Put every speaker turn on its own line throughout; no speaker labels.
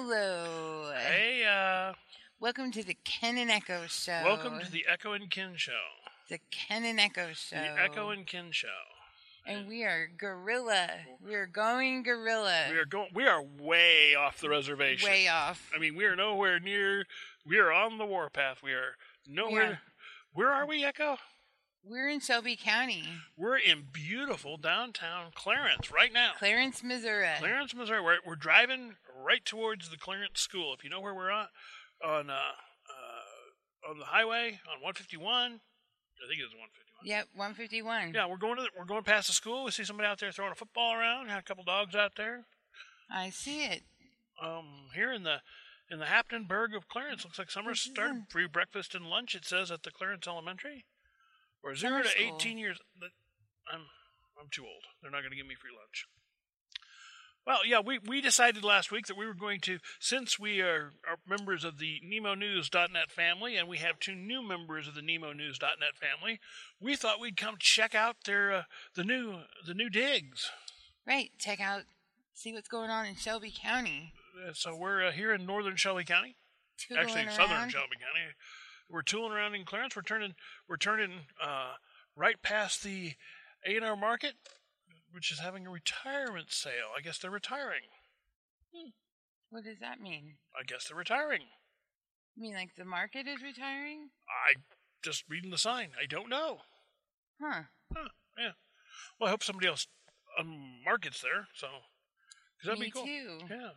Hello.
Hey, uh,
Welcome to the Ken and Echo Show.
welcome to the Echo and Kin Show.
the Ken and Echo Show.
The Echo and Kin Show.
And we are gorilla. We are going gorilla.
We are going. We are way off the reservation.
way off.
I mean, we are nowhere near. We are on the warpath. We are nowhere.
Yeah.
Where are we, Echo?
We're in Shelby County,
We're in beautiful downtown Clarence right now.
Clarence, Missouri.
Clarence, Missouri. We're, we're driving right towards the Clarence School. If you know where we're at, on uh, uh, on the highway on 151. I think it is 151.
Yep, 151.
Yeah, we're going to the, we're going past the school. We see somebody out there throwing a football around. Had a couple dogs out there.
I see it.
Um, here in the in the Haptenburg of Clarence, looks like summer's starting free breakfast and lunch. It says at the Clarence Elementary, or zero
Summer
to
school.
eighteen years. that- I'm I'm too old. They're not going to give me free lunch. Well, yeah, we, we decided last week that we were going to, since we are, are members of the NemoNews.net family, and we have two new members of the NemoNews.net family, we thought we'd come check out their uh, the new the new digs.
Right. Check out, see what's going on in Shelby County.
Uh, So we're uh, here in northern Shelby County,
Toodling
actually
around.
southern Shelby County. We're tooling around in Clarence. We're turning we're turning uh, right past the A and R Market, which is having a retirement sale. I guess they're retiring.
What does that mean?
I guess they're retiring.
You mean like the market is retiring?
I just reading the sign. I don't know.
Huh.
Huh, yeah. Well, I hope somebody else um, markets there. So 'cause that'd
Me
be cool.
too.
Yeah,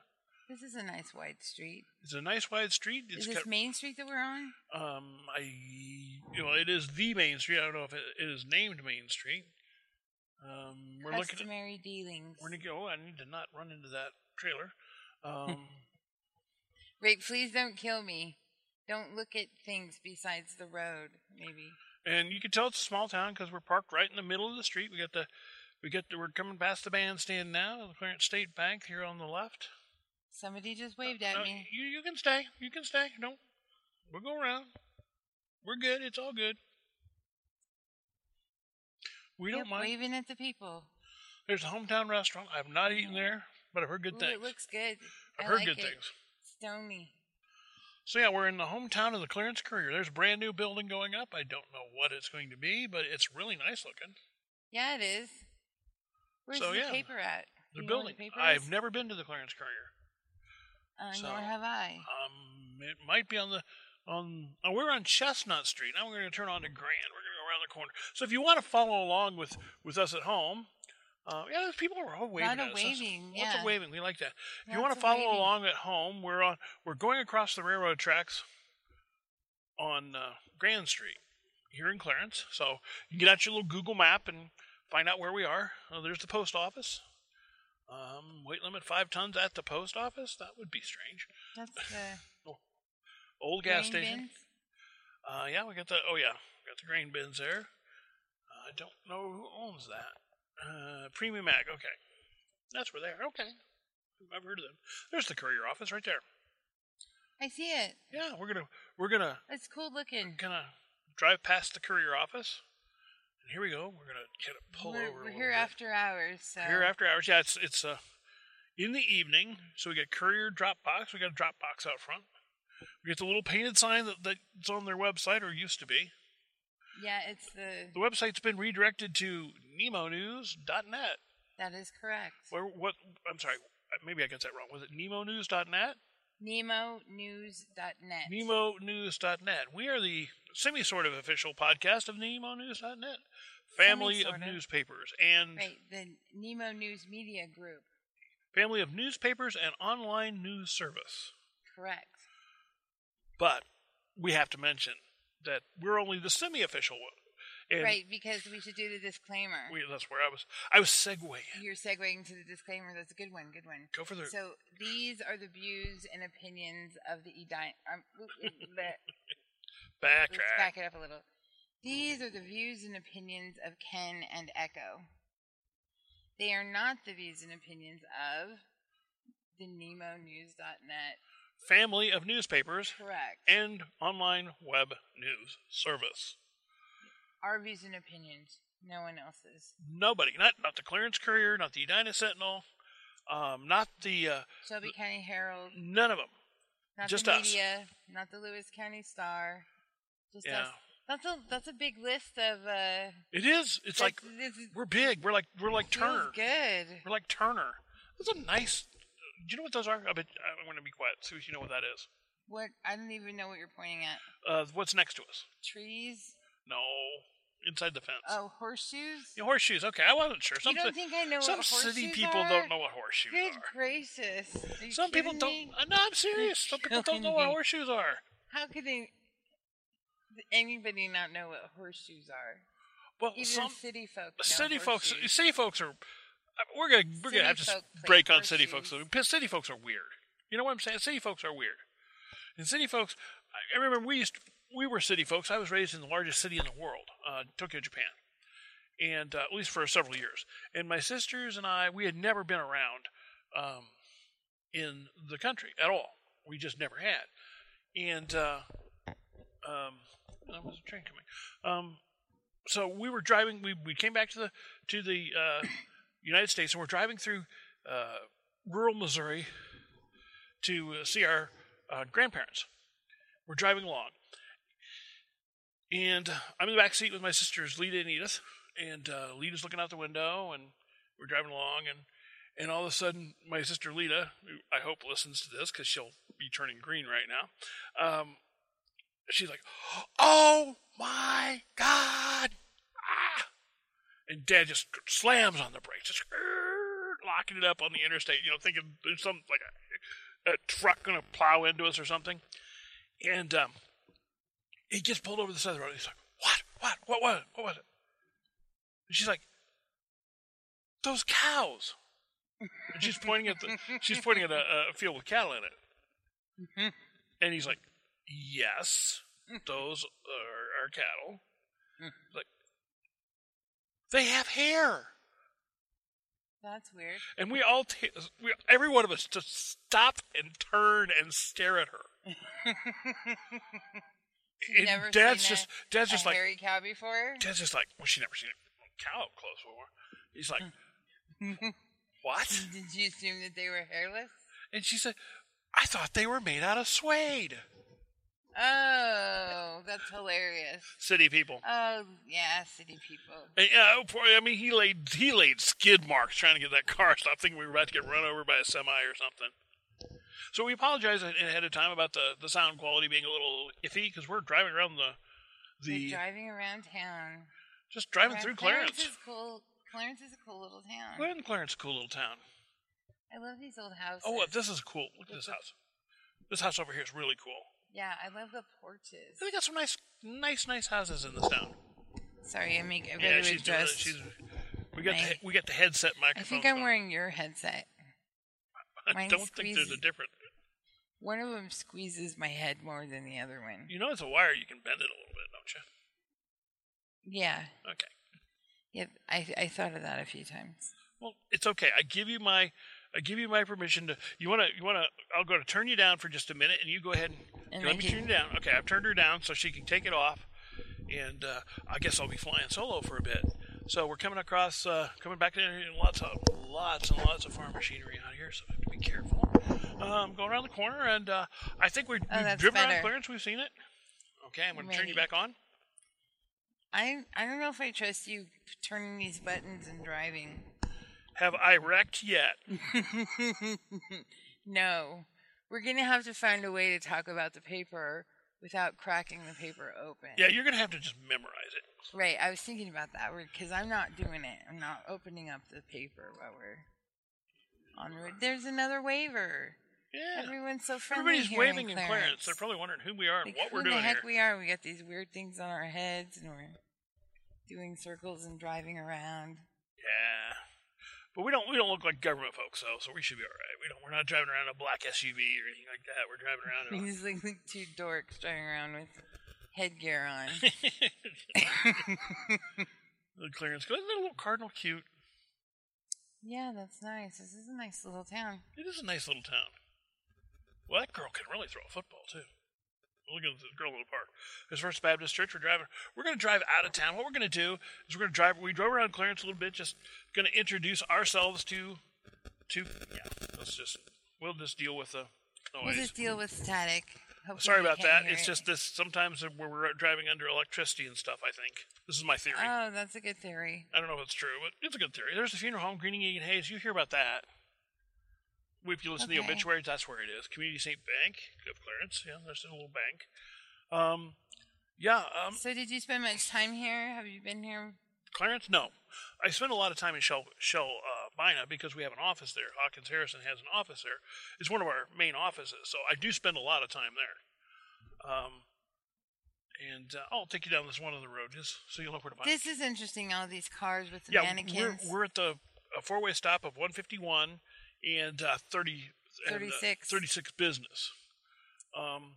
This is a nice wide street.
it's a nice wide street. It's
is this
got
Main Street that we're on?
Um, I, you know, it is the Main Street. I don't know if it, it is named Main Street. Um, we're looking at.
Customary dealings.
We're gonna go. I need to not run into that trailer. Um,
Wait, please don't kill me. Don't look at things besides the road, maybe.
and you can tell it's a small town because we're parked right in the middle of the street. We got the, we got the. We're coming past the bandstand now, the Clarence State Bank here on the left.
Somebody just waved at
Uh, No,
me.
you you can stay. You can stay. No, we'll go around. We're good. It's all good. We don't
Yep,
mind.
Waving at the people.
There's a hometown restaurant. I've not eaten there, but I've heard good
Ooh,
things.
Mm-hmm. It looks good.
I've
I
heard
like
good
it.
things.
Stony.
So yeah, we're in the hometown of the Clarence Courier. There's a brand new building going up. I don't know what it's going to be, but it's really nice looking.
Yeah, it is. Where's
So,
the
yeah.
paper at?
They're
You know where
building.
The paper
I've
is?
never been to the Clarence Courier.
Uh,
so-
Nor have I.
Um, it might be on the on. Oh, we're on Chestnut Street. Now we're going to turn on to Grand. We're going to go around the corner. So if you want to follow along with with us at home, uh, yeah, there's people who are all waving.
of
at us. That's-
waving,
Lots
yeah.
of waving. We like that. If you
Lots
want to
of
follow
waving.
along at home, we're on. We're going across the railroad tracks on uh, Grand Street here in Clarence. So you can get out your little Google map and find out where we are. Oh, there's the post office. Um, weight limit five tons at the post office. That would be strange.
That's the
Old gas
grain
station.
bins.
Uh, yeah, we got the. Oh yeah, we got the grain bins there. Uh, I don't know who owns that. Uh, Premium Ag. Okay, that's where they are. Okay, I've heard of them. There's the courier office right there.
I see it.
Yeah, we're gonna we're gonna
It's cool looking.
gonna drive past the courier office. And here we go. We're gonna get a pull
we're
over. a
we're
little
here
bit.
after hours. So.
Here after hours. Yeah, it's it's uh, in the evening. So we got courier drop box. We got a drop box out front. We get the little painted sign that, that's on their website or used to be.
Yeah, it's the.
The website's been redirected to nemonews.net.
That is correct.
Where what? I'm sorry. Maybe I got that wrong. Was it nemonews.net?
NemoNews.net.
nemonews.net. We are the semi sort of official podcast of nemonews.net, family of
Semi-sorta.
newspapers and
Right, the Nemo News Media Group.
family of newspapers and online news service.
Correct.
But we have to mention that we're only the semi official one. And
right, because we should do the disclaimer.
we, that's where I was. I was segueing.
You're segueing to the disclaimer. That's a good one. Good one.
Go for the.
So these are the views and opinions of the Edine. Um, let-
backtrack.
let's back it up a little. These are the views and opinions of Ken and Echo. They are not the views and opinions of the NemoNews.net.
Family of newspapers
Correct.
and online web news service.
Our views and opinions. No one else's.
Nobody, not not the Clarence Courier, not the Edina Sentinel, um, not the uh,
Shelby County Herald,
none of them.
not
Just
the
us.
media, not the Lewis County Star, just us.
Yeah.
That's a that's a big list of. Uh,
It is. It's like
that's- this is-
we're big. We're like we're like
feels
Turner.
Good.
We're like Turner. That's a nice. Do you know what those are? I bet I'm going to be quiet. See if you know what that is.
What I don't even know what you're pointing at.
Uh, what's next to us?
Trees.
No, inside the fence.
Oh, horseshoes.
Yeah, horseshoes. Okay, I wasn't sure. Some,
you don't
ci-
think I know
some
what
city
horseshoes
people
are?
don't know what horseshoes
Good
are.
gracious! Are you
Some people
kidding
don't.
me?
Uh, No, I'm serious. Some people don't
killing
know what
me.
horseshoes are.
How could they? Anybody not know what horseshoes are?
Well,
Even
some
city folk. Know
city folks.
horseshoes.
City folks are. We're gonna we're
City
gonna have to s-
folk play
break on city folks.
horseshoes.
Because city folks are weird. You know what I'm saying? City folks are weird. And city folks, I- I remember we used we were city folks. I was raised in the largest city in the world, uh, Tokyo, Japan, and uh, at least for several years. And my sisters and I, we had never been around um, in the country at all. We just never had. And uh, um, that was a train coming. Um, so we were driving. We, we came back to the to the uh, United States, and we're driving through uh, rural Missouri to uh, see our uh, grandparents. We're driving along, and I'm in the back seat with my sisters, Lita and Edith, and uh, Lita's looking out the window, and we're driving along, and and all of a sudden, my sister Lita, who I hope listens to this because she'll be turning green right now, um, she's like, "Oh my god!" Ah! And Dad just slams on the brakes, just "Grrr," locking it up on the interstate. You know, thinking there's some like a, a truck gonna plow into us or something. And um, he gets pulled over to the side of the road. He's like, "What? What? What was it? What was it?" And she's like, "Those cows." And she's pointing at the she's pointing at a, a field with cattle in it. And he's like, "Yes, those are, are cattle." like, they have hair,
That's weird.
and we all, t- we, every one of us, just stop and turn and stare at her. And
Never
Dad's
seen
just,
a,
Dad's
a
just like,
hairy cow before.
Dad's just like, well, she never seen a cow up close before. He's like, what?
Did you assume that they were hairless?
And she said, I thought they were made out of suede.
Oh, that's hilarious.
City people.
Oh yeah, city people.
And, yeah, oh, boy, I mean, he laid he laid skid marks trying to get that car stopped, thinking we were about to get run over by a semi or something. So we apologize a- ahead of time about the, the sound quality being a little iffy because we're driving around the
They're
the
driving around town.
just driving through Clarence.
Clarence is cool. Clarence is a cool little town.
We're in Clarence, a cool little town.
I love these old houses.
Oh, uh, this is cool. Look at this house. This house over here is really cool.
yeah, I love the porches.
They got some nice, nice, nice houses in this town.
Sorry, I make I really
yeah,
would
she's doing it.
dress-
She's we got the,
my-
he- we got the headset
I
microphone.
think I'm wearing your headset.
I
mine's
don't think there's a
squeezy.
difference.
One of them squeezes my head more than the other one.
You know, it's a wire. You can bend it a little bit, don't you?
Yeah,
Okay.
yeah. I I thought of that a few times.
Well, it's okay. I give you my I give you my permission to you wanna you wanna I'll go to turn you down for just a minute and you go ahead and,
And
let
I
me
can-
turn you down. Okay, I've turned her down so she can take it off. And uh, I guess I'll be flying solo for a bit. So we're coming across, uh, coming back in and lots of lots and lots of farm machinery out here, so I have to be careful. Um, going around the corner, and uh, I think we're,
Oh,
we've
that's
driven around
better.
clearance. We've seen it. Okay, I'm going to turn you
Maybe.
back on.
I I don't know if I trust you turning these buttons and driving.
Have I wrecked yet?
no, we're gonna have to find a way to talk about the paper without cracking the paper open.
Yeah, you're going to have to just memorize it.
Right. I was thinking about that because I'm not doing it. I'm not opening up the paper while we're on the road. There's another waiver.
Yeah.
Everyone's so friendly.
Everybody's
here
waving
in
in Clarence. They're probably wondering who we are and
Like,
what
who
we're
in
doing
the heck
here.
we are. We got these weird things on our heads, and we're doing circles and driving around.
yeah, but we don't we don't look like government folks though, so we should be all right. We don't. We're not driving around in a black SUV or anything like that. We're driving around. In
These like, like two dorks driving around with headgear on.
a, the Clarence goes, isn't that little cardinal cute?
yeah, that's nice. This is a nice little town.
It is a nice little town. Well, that girl can really throw a football too. Look at the girl in the park. This First Baptist Church. We're driving. We're going to drive out of town. What we're going to do is we're going to drive. We drove around Clarence a little bit. Just going to introduce ourselves to Two. Yeah. Let's just we'll just deal with the
We'll
noise.
just deal with static. Hopefully
Oh, Sorry
they
about
can't
that.
hear
It's
it.
just this sometimes where we're driving under electricity and stuff. I think this is my theory.
Oh, that's a good theory.
I don't know if it's true, but it's a good theory. There's the funeral home, Greening Egan Hayes. You hear about that. If you listen to the
Okay.
obituaries, that's where it is. Community St. Bank of Clarence. Yeah, there's the little bank. Um, yeah, um,
So, did you spend much time here? Have you been here?
Clarence? No. I spend a lot of time in Shell, Shell uh, Bina because we have an office there. Hawkins Harrison has an office there. It's one of our main offices, so I do spend a lot of time there. Um, and uh, I'll take you down this one on the road just so you'll know where to find
This is interesting. All these cars with the mannequins.
we're, we're at the a four way stop of 151 and uh, 30, and, uh,
36.
36 business. Um,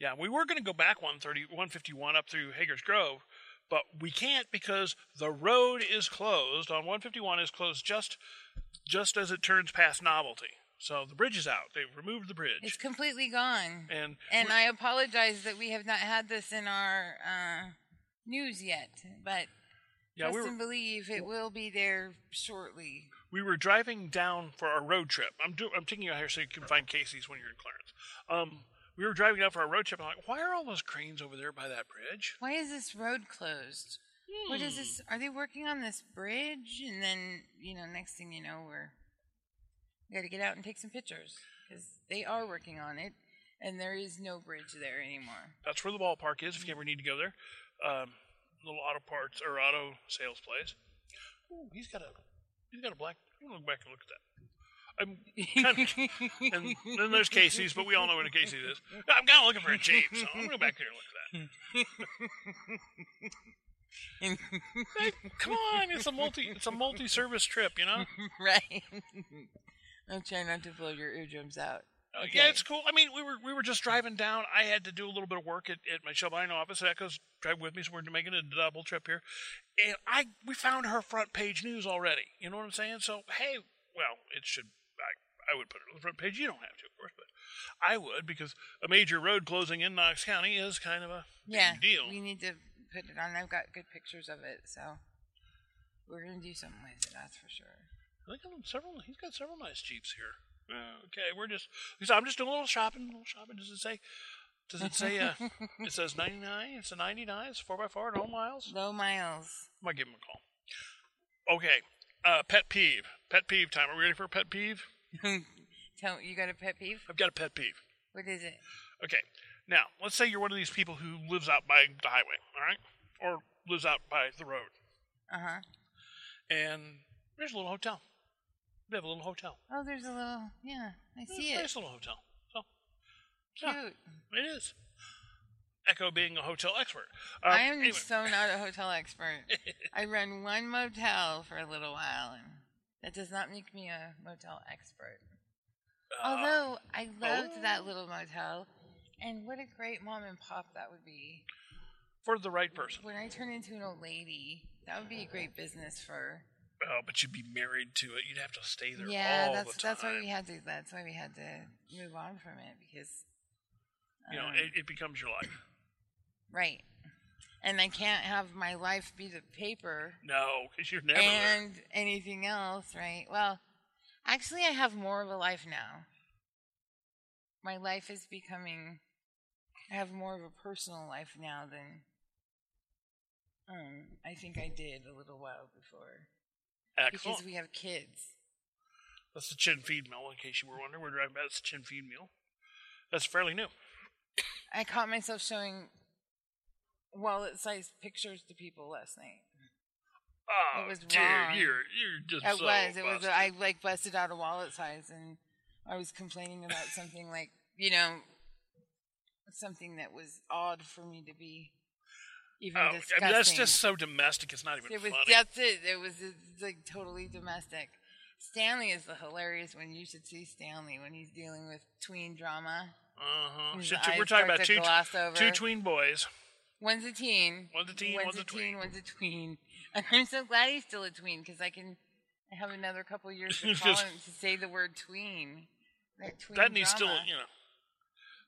yeah, we were going to go back 130, 151 up through Hager's Grove, but we can't because the road is closed. On 151 is closed just just as it turns past Novelty. So the bridge is out. They've removed the bridge.
It's completely gone.
and
And
we're-
I apologize that we have not had this in our uh, news yet, but
yeah,
trust
we were,
and believe it will be there shortly.
we were driving down for our road trip. I'm do, I'm taking you out here so you can find Casey's when you're in Clarence. Um, we were driving down for our road trip. and I'm like, why are all those cranes over there by that bridge?
Why is this road closed? What is this? Are they working on this bridge? And then you know, next thing you know, we're we got to get out and take some pictures because they are working on it, and there is no bridge there anymore.
That's where the ballpark is. If you ever need to go there, um, little auto parts or auto sales place. Ooh, he's got a he's got a black. I'm gonna look back and look at that. I'm kind of, and then there's Casey's, but we all know what a Casey's is. I'm kind of looking for a Jeep, so I'm gonna go back there and look at that. Come on, it's a multi it's a multi service trip, you know.
right. I'm trying not to blow your eardrums out.
Uh, Yeah, it's cool. I mean, we were we were just driving down. I had to do a little bit of work at, at my Shelbine office. Echo's driving with me, so we're making a double trip here. And I we found her front page news already. You know what I'm saying? So hey, well, it should. I, I would put it on the front page. You don't have to, of course, but I would because a major road closing in Knox County is kind of a big
yeah,
deal.
We need to put it on. I've got good pictures of it, so we're gonna do something with it. That's for sure.
I think I'm several. He's got several nice Jeeps here. Uh, okay, we're just. so I'm just doing a little shopping. A little shopping. Does it say? Does it say? Uh, it says 99. It's a 99. It's four x four and all miles.
Low miles.
I might give him a call. Okay. Uh, pet peeve. Pet peeve time. Are we ready for a pet peeve?
Tell you got a pet peeve?
I've got a pet peeve.
What is it?
Okay. Now, let's say you're one of these people who lives out by the highway, all right, or lives out by the road,
Uh huh.
and there's a little hotel. They have a little hotel.
Oh, there's a little. Yeah, I
It's
see
a
it.
nice little hotel. So
Cute.
It is. Echo being a hotel expert. Um,
I am
anyway,
so not a hotel expert. I run one motel for a little while, and that does not make me a motel expert.
uh,
Although I loved
oh.
that little motel, and what a great mom and pop that would be.
for the right person.
When I turn into an old lady, that would be a great business for.
Oh, but you'd be married to it. You'd have to stay there.
yeah,
all
that's
the
that's why
time.
we had to. That's why we had to move on from it because.
You know,
um,
it, it becomes your life.
right, and I can't have my life be the paper
No, because you're never. there.
and anything else, right? Well, actually, I have more of a life now. My life is becoming. I have more of a personal life now than um, I think I did a little while before.
Excellent.
Because we have kids.
That's the chin feed mill, in case you were wondering. We're driving by that's the chin feed mill. That's fairly new.
I caught myself showing wallet sized pictures to people last night.
Oh,
It was
dear,
wrong.
you're you're just
It
so
was. It was.
busted.
I like busted out a wallet size, and I was complaining about something like you know, something that was odd for me to be even
Oh,
discussing.
I mean, that's just so domestic. It's not even
it was
funny.
that's it. It was it's like totally domestic. Stanley is the hilarious one. You should see Stanley when he's dealing with tween drama.
uh-huh.
His
Shit,
eyes
we're
start
talking about
to
two
gloss over.
two tween boys.
One's a teen.
One's a teen, one's a tween.
One's a tween. And I'm so glad he's still a tween because I can I have another couple years to call him to say the word tween. That tween.
That needs still,
drama.
you know,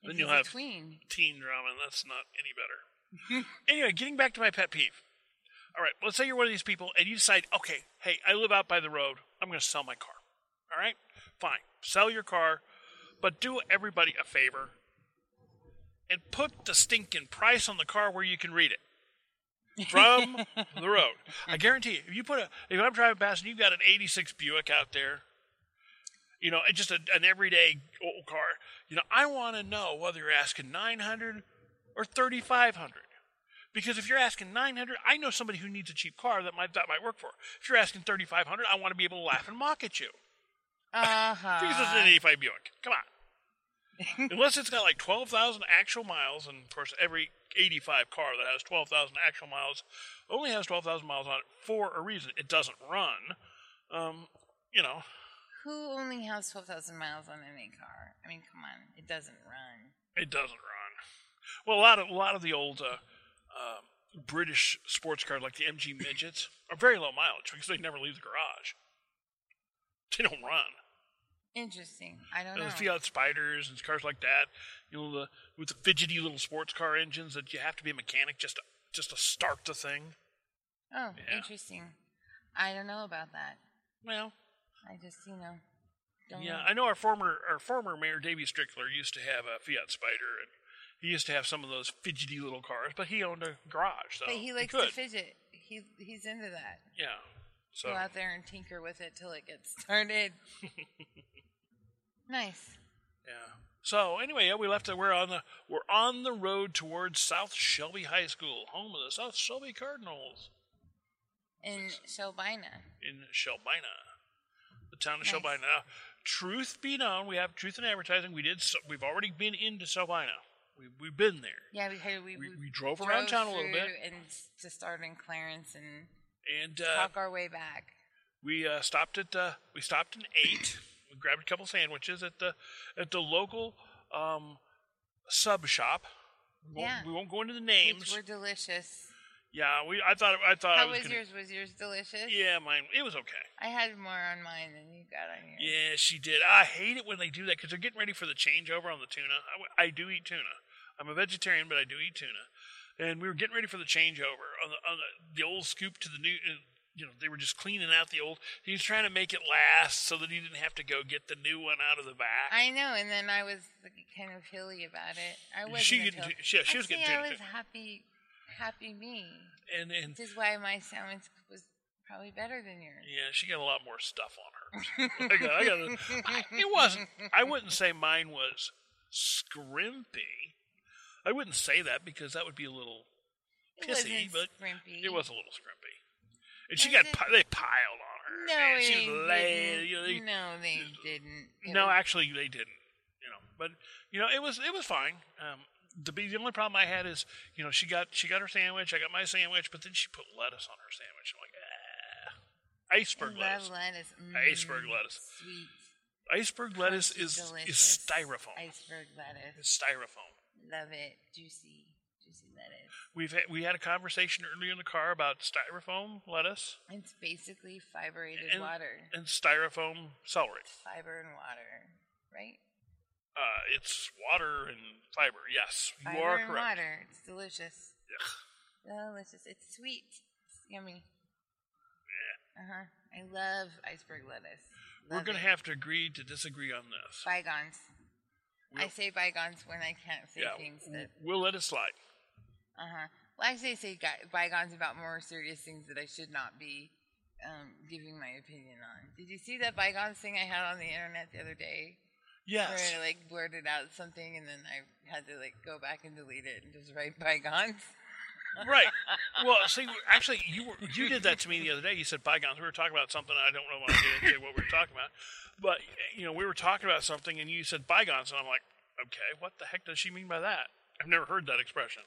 If
then you'll
he's a
have-
tween.
teen drama, and that's not any better. anyway, getting back to my pet peeve. All right, let's say you're one of these people, and you decide, okay, hey, I live out by the road. I'm going to sell my car. All right, fine. Sell your car, but do everybody a favor and put the stinking price on the car where you can read it from the road. I guarantee you, if you put a, if I'm driving past and you've got an '86 Buick out there, you know, and just a, an everyday old car, you know, I want to know whether you're asking 900 or 3500. Because if you're asking 900, I know somebody who needs a cheap car that might that might work for. If you're asking 3500, I want to be able to laugh and mock at you.
Uh
Please listen to an
huh.
85 Buick. Come on. Unless it's got like 12,000 actual miles, and of course, every 85 car that has 12,000 actual miles only has 12,000 miles on it for a reason. It doesn't run. Um, you know,
Who only has 12,000 miles on any car? I mean, come on. It doesn't run.
it doesn't run. Well, a lot of a lot of the old uh, uh, British sports cars, like the MG midgets, are very low mileage because they never leave the garage. They don't run.
Interesting. I don't
You know,
know.
the Fiat Spiders and cars like that, you know, the, with the fidgety little sports car engines that you have to be a mechanic just to, just to start the thing.
Oh,
Yeah.
interesting. I don't know about that.
Well,
I just, you know, don't
yeah,
know.
I know our former our former mayor Davy Strickler used to have a Fiat Spider, and he used to have some of those fidgety little cars, but he owned a garage, so
but he likes
could.
to fidget. He he's into that.
Yeah, so
Go out there and tinker with it till it gets started. nice.
yeah. So anyway, yeah, we left. We're on the we're on the road towards South Shelby High School, home of the South Shelby Cardinals.
In Shelbina.
in Shelbina, the town of
Nice.
Shelbina. Now, truth be known, we have truth in advertising. We did. s we've already been into Shelbina. We, we've been there,
Yeah, because we,
We- we drove around town a little
through
bit.
and s- to start in Clarence and
and uh,
talk our way back.
we uh, stopped at uh, we stopped and ate. we grabbed a couple sandwiches at the at the local um, sub shop. We won't,
Yeah.
we won't go into the
Which
names.
were delicious.
Yeah, we. I thought. I thought. I
How
was
was
gonna-
yours? Was yours delicious?
Yeah, mine. It was okay.
I had more on mine than you got on yours.
Yeah, she did. I hate it when they do that because they're getting ready for the changeover on the tuna. I w- I, do eat tuna. I'm a vegetarian, but I do eat tuna. And we were getting ready for the changeover on the, on the, the old scoop to the new. uh, You know, they were just cleaning out the old. He was trying to make it last so that he didn't have to go get the new one out of the back.
I know, and then I was like, kind of hilly about it. I wasn't.
She
a
getting
hill-
ju- yeah, she was
Actually,
getting
I
tuna,
was
too.
happy, happy me.
and and
This is why my sandwich was probably better than yours.
yeah, she got a lot more stuff on her. I got, I got a- I- it wasn't. I wouldn't say mine was scrimpy. I wouldn't say that because that would be a little
It
pissy,
wasn't
but
scrimpy.
It was a little scrimpy, and she
Was
got
it?
pi- they piled on her.
No,
man.
it
she was
didn't.
laid. You know, they,
no, they didn't. It
no,
was-
actually they didn't. You know, but you know it was it was fine. Um, the be- the only problem I had is you know she got she got her sandwich, I got my sandwich, but then she put lettuce on her sandwich. I'm like, ah. iceberg
love
lettuce.
lettuce. Mm,
Iceberg lettuce.
Sweet.
Iceberg lettuce
crunchy,
is is
delicious
styrofoam.
Iceberg lettuce.
It's styrofoam.
Love it. Juicy, juicy lettuce.
We've had, we had a conversation earlier in the car about styrofoam lettuce
It's basically fiberated
And-
water,
and styrofoam celery.
fiber and water, right?
Uh, it's water and fiber. Yes, you
Fiber
are
and
correct.
water. It's delicious. Delicious. It's sweet. It's yummy. Uh huh. I love iceberg lettuce.
We're
Love
going
it.
to have to agree to disagree on this.
bygones. I
We'll-
say bygones when I can't say
yeah,
things
w-
that.
we'll let it slide.
Uh huh. Well, actually, I say gui- bygones about more serious things that I should not be um, giving my opinion on. Did you see that bygones thing I had on the internet the other day?
Yes,
Where I like blurted out something and then I had to like go back and delete it and just write bygones.
right. Well, see, actually, you were, you did that to me the other day. You said bygones. We were talking about something. I don't know want to get into what we were talking about, but you know, we were talking about something, and you said bygones, and I'm like, okay, what the heck does she mean by that? I've never heard that expression.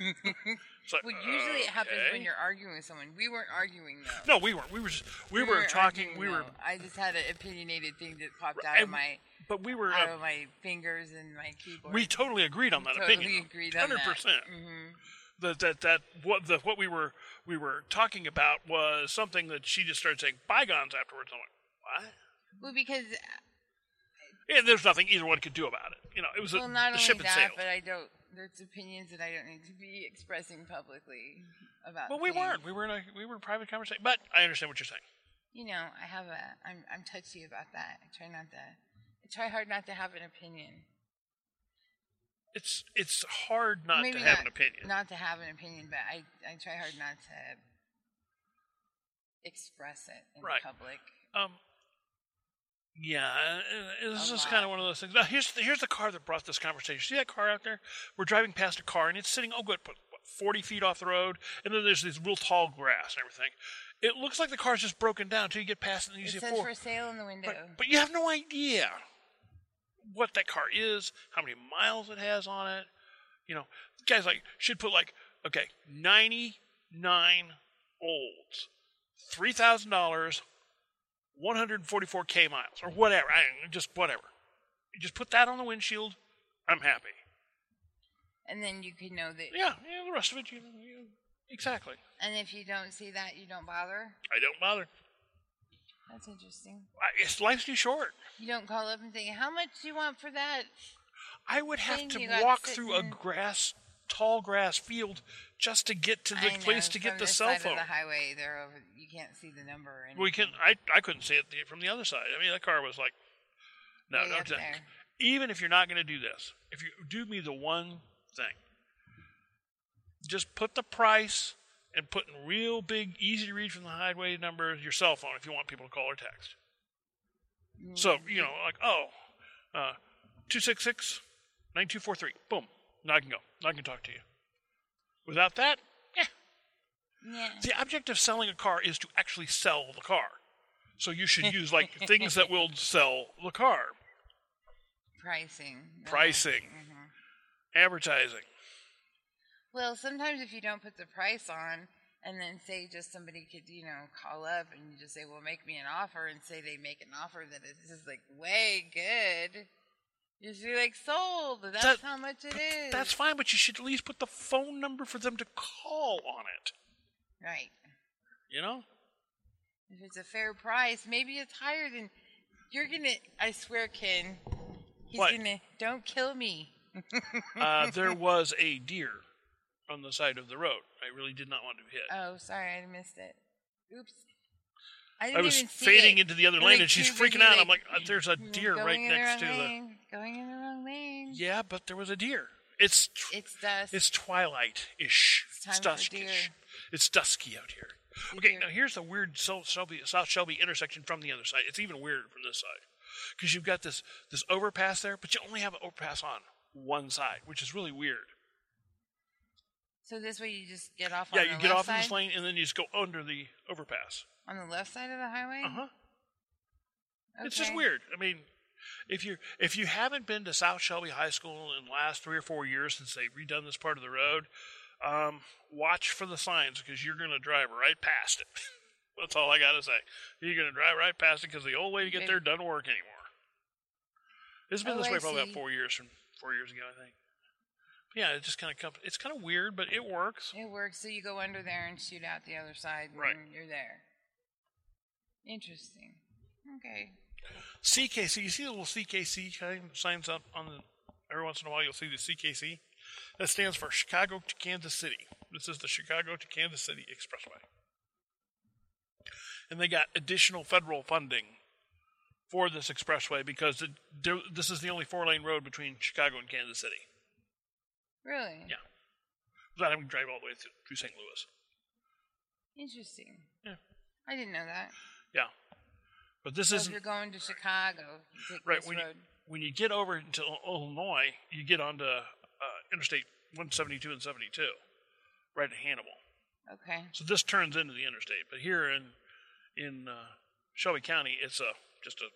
It's like,
Well, usually it happens
okay.
when you're arguing with someone. We weren't arguing though.
No, we weren't. We were just, we, were,
weren't
talking.
arguing,
We were,
though. I just had an opinionated thing that popped
Right,
out of
and
my
but we were.
out
uh,
of my fingers and my keyboard.
we totally agreed on that
totally
opinion.
agreed on that.
percent.
Mhm.
That that that what the what we were we were talking about was something that she just started saying bygones afterwards. I'm like, what?
Well, because uh,
Yeah, there's nothing either one could do about it. You know, it was
well,
a,
not
a
only
ship
that,
and sail.
but I don't. There's opinions that I don't need to be expressing publicly about.
Well, we
things.
weren't. We were in a we were in a private conversation. But I understand what you're saying.
you know, I have a, I'm, I'm touchy about that. I try not to, I try hard not to have an opinion.
It's it's hard not
Maybe
to have
not,
an opinion.
Not to have an opinion, but I, I try hard not to express it in
Right.
public.
Um, yeah, uh, uh, this
A
is
lot.
kind of one of those things. Now, here's the, here's the car that brought this conversation. See that car out there? We're driving past a car, and it's sitting, oh, good, what, what, 40 feet off the road, and then there's this real tall grass and everything. It looks like the car's just broken down until you get past it and you
It
see a
says
four.
for sale in the window.
But, but you have no idea what that car is, how many miles it has on it. You know, guys like should put like okay, ninety nine olds, three thousand dollars, one hundred forty four k miles or whatever. I just whatever. You just put that on the windshield. I'm happy.
and then you could know that.
Yeah, yeah. The rest of it, you, you exactly.
And if you don't see that, you don't bother.
I don't bother.
That's interesting.
I, it's life's too short.
You don't call up and say, "How much do you want for that?"
I would have
thing
to
you got
walk
sitting
through a
there.
grass, tall grass field just to get to the
I know,
place to get
from
the
this
cell
side
phone.
Of the highway, they're over. You can't see the number. Or anything.
we can. I I couldn't see it the, from the other side. I mean, that car was like, no,
Way
no.
up
thank-
there.
Even if you're not going to do this, if you do me the one thing, just put the price and put in real big, easy to read from the highway number your cell phone if you want people to call or text. So
Mm-hmm.
you know, like oh, uh, 266 9243. Boom. Now I can go. Now I can talk to you. Without that, eh.
Yeah.
The object of selling a car is to actually sell the car. So you should use like things that will sell the car.
Uh-huh. Pricing. No.
Pricing.
Mm-hmm.
Advertising.
Well, sometimes if you don't put the price on, and then say just somebody could, you know, call up and you just say, "Well, make me an offer," and say they make an offer that is just like way good. You just be like, "Sold." That's
That-
how much it
But
is.
That's fine, but you should at least put the phone number for them to call on it.
right.
You know?
If it's a fair price, maybe it's higher than you're gonna. I swear, Ken, he's
What?
gonna. Don't kill me.
Uh, there was a deer on the side of the road. I really did not want to hit.
Oh, sorry, I missed it. Oops. I,
I
didn't
was
even see
fading
it.
into the other
I'm,
lane,
like,
and she's
too
freaking
busy,
out. I'm like, uh, "There's a
"Mm,
deer
going
right
in
next
wrong
to the-"
lane, going in the wrong lane.
yeah, but there was a deer. It's tr-
It's dusk.
It's twilight ish.
It's
It's,
time for
dusk-ish.
deer.
It's dusky out here.
Good
Okay,
deer.
now here's the weird South Shelby, South Shelby intersection from the other side. It's even weirder from this side because you've got this this overpass there, but you only have an overpass on one side, which is really weird.
so this way you just get off.
yeah,
on
you
the
get
left
off in this
side?
lane and then you just go under the overpass.
on the left side of the highway.
Uh huh. It's just
Okay.
weird. I mean, if you if you haven't been to South Shelby High School in the last three or four years since they've redone this part of the road, um, watch for the signs because you're going to drive right past it. That's all I got to say. You're going to drive right past it because the old way to get there doesn't work anymore. It's been
Oh,
this
I
way probably
see.
about four years from four years ago, I think. Yeah, it just kind of comes. It's kind of weird, but it works.
It works. So you go under there and shoot out the other side,
Right.
and you're there. Interesting. Okay.
CKC. You see the little CKC kind- signs up on the. Every once in a while, you'll see the CKC. That stands for Chicago to Kansas City. This is the Chicago to Kansas City Expressway. And they got additional federal funding for this expressway because it, there- this is the only four lane road between Chicago and Kansas City
Really?
Yeah. without having to drive all the way through, through St. Louis.
Interesting.
Yeah.
I didn't know that.
Yeah. But this
So if
isn't.
you're going to Chicago, you take
Right
this
when you,
road.
when you get over into Il- Illinois, you get onto uh, Interstate 172 and 72, right at Hannibal.
Okay.
So this turns into the interstate. But here in in uh, Shelby County, it's a just a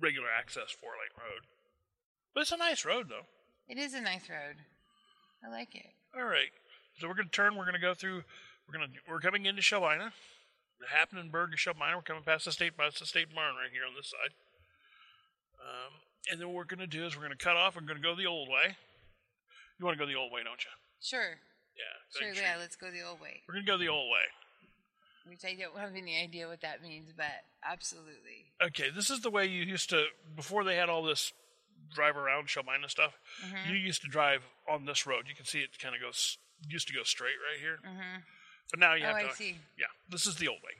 regular access four lane road. But it's a nice road though.
It is a nice road. I like it.
All right. So we're going to turn. We're going to go through. We're going to. We're coming into Shelbina. The Happenenburg of Shelbina. We're coming past the state. Past the state barn right here on this side. Um, and then what we're going to do is we're going to cut off. We're going to go the old way. You want to go the old way, don't you?
Sure.
Yeah.
Sure,
thank you.
yeah, let's go the old way.
We're going to go the old way.
Which I don't have any idea what that means, but absolutely.
okay, this is the way you used to before they had all this drive around Shelbina stuff.
Mm-hmm.
You used to drive on this road. You can see it kind of goes used to go straight right here. Mm-hmm. But now you
Oh,
have
I
to.
see.
Yeah, this is the old way.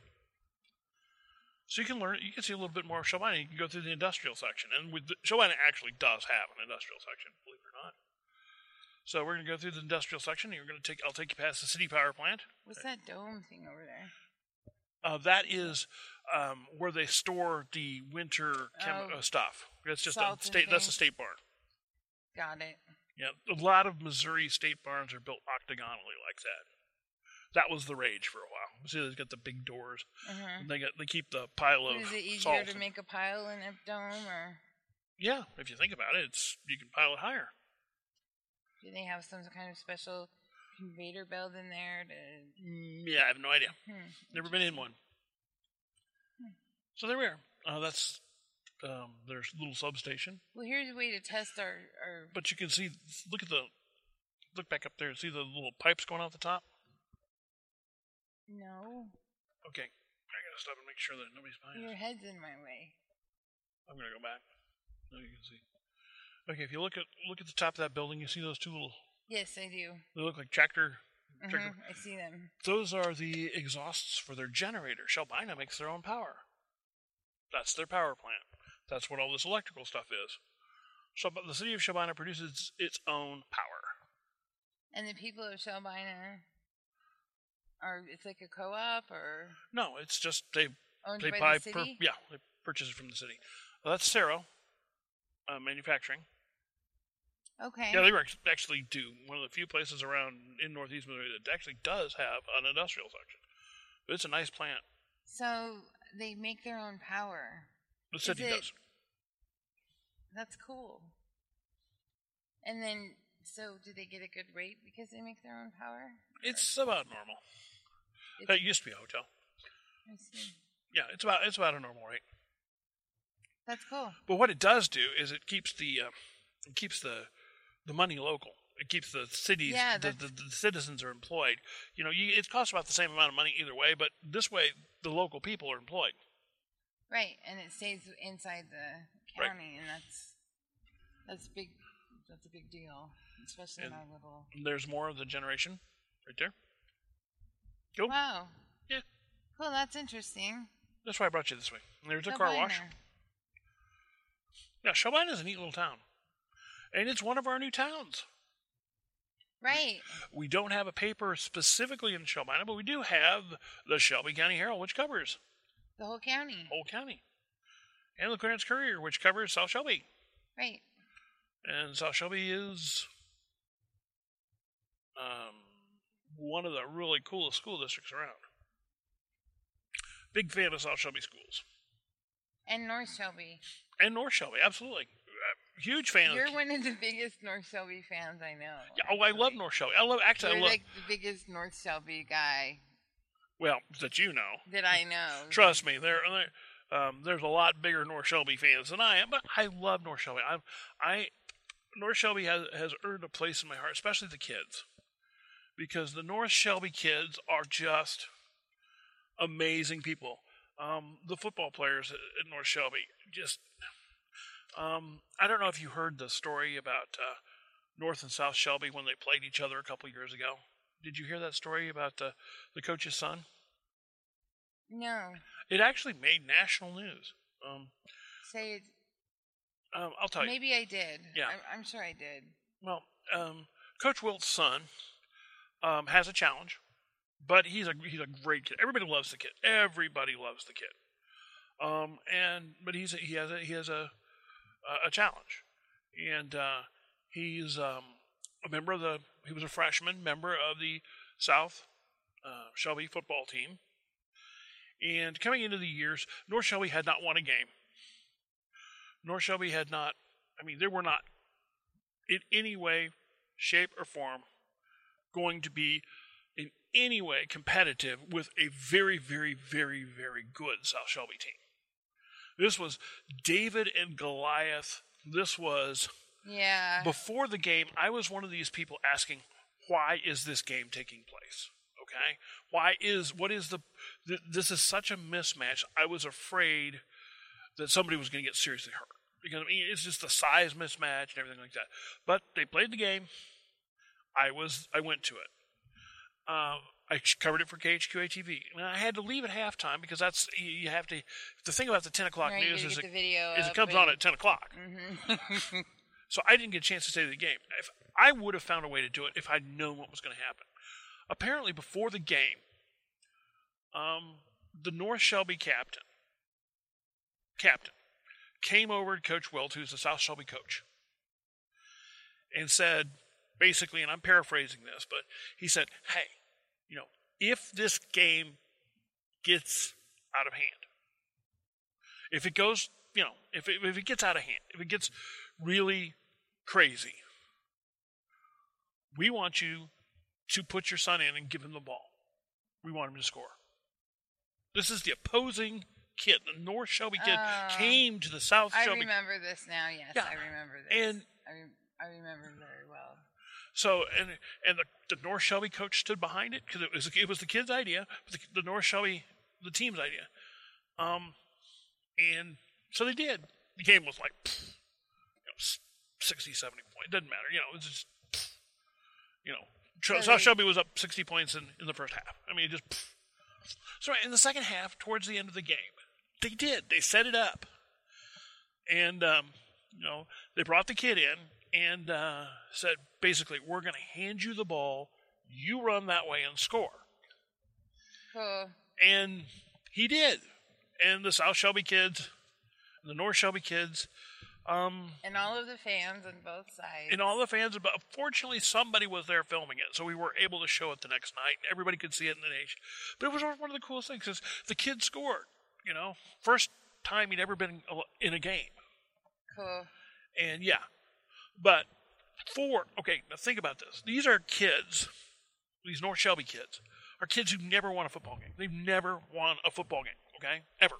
So you can learn, you can see a little bit more of Shelbina. You can go through the industrial section, and with the, Shelbina actually does have an industrial section, believe it or not. So we're going to go through the industrial section. and You're going to take, I'll take you past the city power plant.
What's that dome thing over there?
Uh, that is um, where they store the winter chem-
Oh.
uh, stuff. That's just a
Salt and
state. That's a
things.
state barn.
Got it.
Yeah, a lot of Missouri state barns are built octagonally like that. That was the rage for a while. See, they've got the big doors.
Uh-huh.
And they got they keep the pile of
Is it easier
salt.
to make a pile in a dome, or
yeah, if you think about it, it's you can pile it higher.
do they have some kind of special conveyor belt in there? To...
Mm, yeah, I have no idea.
Hmm.
Never been in one. So there we are. Uh, that's um, there's a little substation,
Well, here's a way to test our. our...
but you can see. Look at the look back up there. and See the little pipes going out the top.
No,
Okay, I gotta stop and make sure that nobody's behind us.
your head's in my way.
I'm gonna go back. Now you can see. Okay, if you look at look at the top of that building, you see those two little.
Yes, I do.
They look like tractor. tractor
Mhm, I see them.
Those are the exhausts for their generator. Shelbina makes their own power. That's their power plant. That's what all this electrical stuff is. Shelb- the city of Shelbina produces its own power.
And the people of Shelbina are. It's like a co-op or
No, it's just they
owned
they
by
buy
the city.
yeah they purchase it from the city. Uh, that's Cerro uh, Manufacturing.
Okay.
Yeah, they act- actually do one of the few places around in northeast Missouri that actually does have an industrial section. But it's a nice plant.
so they make their own power.
The
Is
city
it-
does.
That's cool. And then, so do they get a good rate because they make their own power?
It's about normal.
It's-
It used to be a hotel.
I see.
Yeah, it's about it's about a normal rate.
That's cool.
But what it does do is it keeps the uh, it keeps the the money local. It keeps the cities,
Yeah,
the, the,
that's-
the citizens are employed. You know, you, it costs about the same amount of money either way, but this way the local people are employed.
Right, and it stays inside the
Right.
county, and that's that's big. That's a big deal, especially in
And-
our little.
There's more of the generation right there. Go.
Wow,
Yeah,
cool. That's interesting.
that's why I brought you this way. And there's a
No
car
bun
wash.
there.
Yeah, Shelbine is a neat little town, and it's one of our new towns.
Right.
We don't have a paper specifically in Shelbina, but we do have the Shelby County Herald, which covers
The whole county.
Old County, and the Clarence Courier, which covers South Shelby.
Right.
And South Shelby is um, one of the really coolest school districts around. Big fan of South Shelby schools
And North Shelby.
and North Shelby, absolutely. Uh, Huge fan
You're
of.
one of the biggest North Shelby fans I know.
Yeah, oh, I love
actually.
North Shelby. I love actually. I
You're
love
like the biggest North Shelby guy
well that you know.
that I know.
Trust me, there, there um, there's a lot bigger North Shelby fans than I am, but I love North Shelby. I, I North Shelby has has earned a place in my heart, especially the kids, because the North Shelby kids are just amazing people. Um, the football players at, at North Shelby just. Um, I don't know if you heard the story about uh, North and South Shelby when they played each other a couple years ago. Did you hear that story about uh, the coach's son?
No.
It actually made national news. Um,
Say it.
um, I'll tell you.
Maybe I did.
Yeah.
I'm, I'm sure I did.
Well, um, Coach Wilt's son um, has a challenge, but he's a he's a great kid. Everybody loves the kid. Everybody loves the kid. Um, and but he's a, he has a he has a a- a challenge, and uh, he's um, a member of the he was a freshman member of the South uh, Shelby football team. And coming into the years, North Shelby had not won a game. North Shelby had not. I mean, they were not in any way, shape, or form going to be in any way competitive with a very, very, very, very good South Shelby team. This was David and Goliath. This was
Yeah.
before the game, I was one of these people asking, why is this game taking place? Okay? Why is, what is the, th- this is such a mismatch. I was afraid that somebody was going to get seriously hurt. Because I mean, it's just the size mismatch and everything like that. But they played the game. I was, I went to it. uh, I ch- covered it for KHQA TV. And I had to leave at halftime because that's you, you have to. The thing about the ten o'clock
Right, you
news
gotta
is
get
it,
the video
is it
up
comes on
and-
at ten o'clock,
Mm-hmm.
so I didn't get a chance to stay to the game. If I would have found a way to do it if I'd known what was going to happen. Apparently, before the game, um, the North Shelby captain, captain, came over to Coach Weld, who's the South Shelby coach, and said, basically, and I'm paraphrasing this, but he said, "Hey, you know, if this game gets out of hand, if it goes, you know, if it, if it gets out of hand, if it gets really crazy, we want you to put your son in and give him the ball. We want him to score. This is the opposing kid, the North Shelby kid,
Oh.
came to the South
I
Shelby
remember this now. Yes,
Yeah.
I remember this.
And-
I, re- I remember very well.
So and and the, the North Shelby coach stood behind it because it was it was the kid's idea, but the, the North Shelby the team's idea. Um, and so they did. The game was like pfft, you know, s- 60, 70 points. Doesn't matter. You know, it was just pfft, you know. Tr-
So
South
they-
Shelby was up sixty points in, in the first half. I mean, it just pfft. so in the second half, towards the end of the game, they did. They set it up and um, you know they brought the kid in and uh, said basically we're going to hand you the ball you run that way and score
Cool.
and he did and the south shelby kids and the north shelby kids um,
And all of the fans on both sides.
and all the fans but fortunately somebody was there filming it so we were able to show it the next night everybody could see it in the nation but it was one of the coolest things is the kid scored you know first time he'd ever been in a game
cool.
And yeah, but four. Okay, now think about this. These are kids. These North Shelby kids are kids who never won a football game. They've never won a football game. Okay, ever.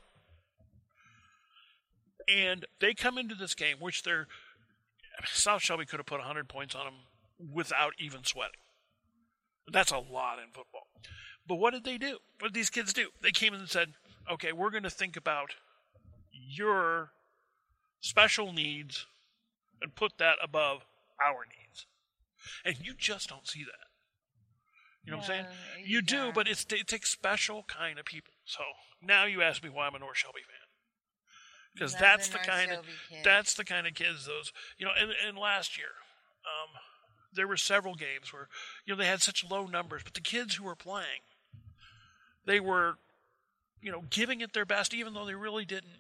And they come into this game, which they're South Shelby could have put 100 points on them without even sweating. That's a lot in football. But what did they do? What did these kids do? They came in and said, "Okay, we're going to think about your special needs and put that above our needs. And you just don't see that. You know what I'm
No,
saying?
you
You do,
don't.
but it's, it takes special kind of people. So now you ask me why I'm a North Shelby fan. Because
Love
that's the
the North
kind of
Shelby kids.
that's the kind of kids those you know. And, and last year, um, there were several games where you know they had such low numbers, but the kids who were playing, they were, you know, giving it their best, even though they really didn't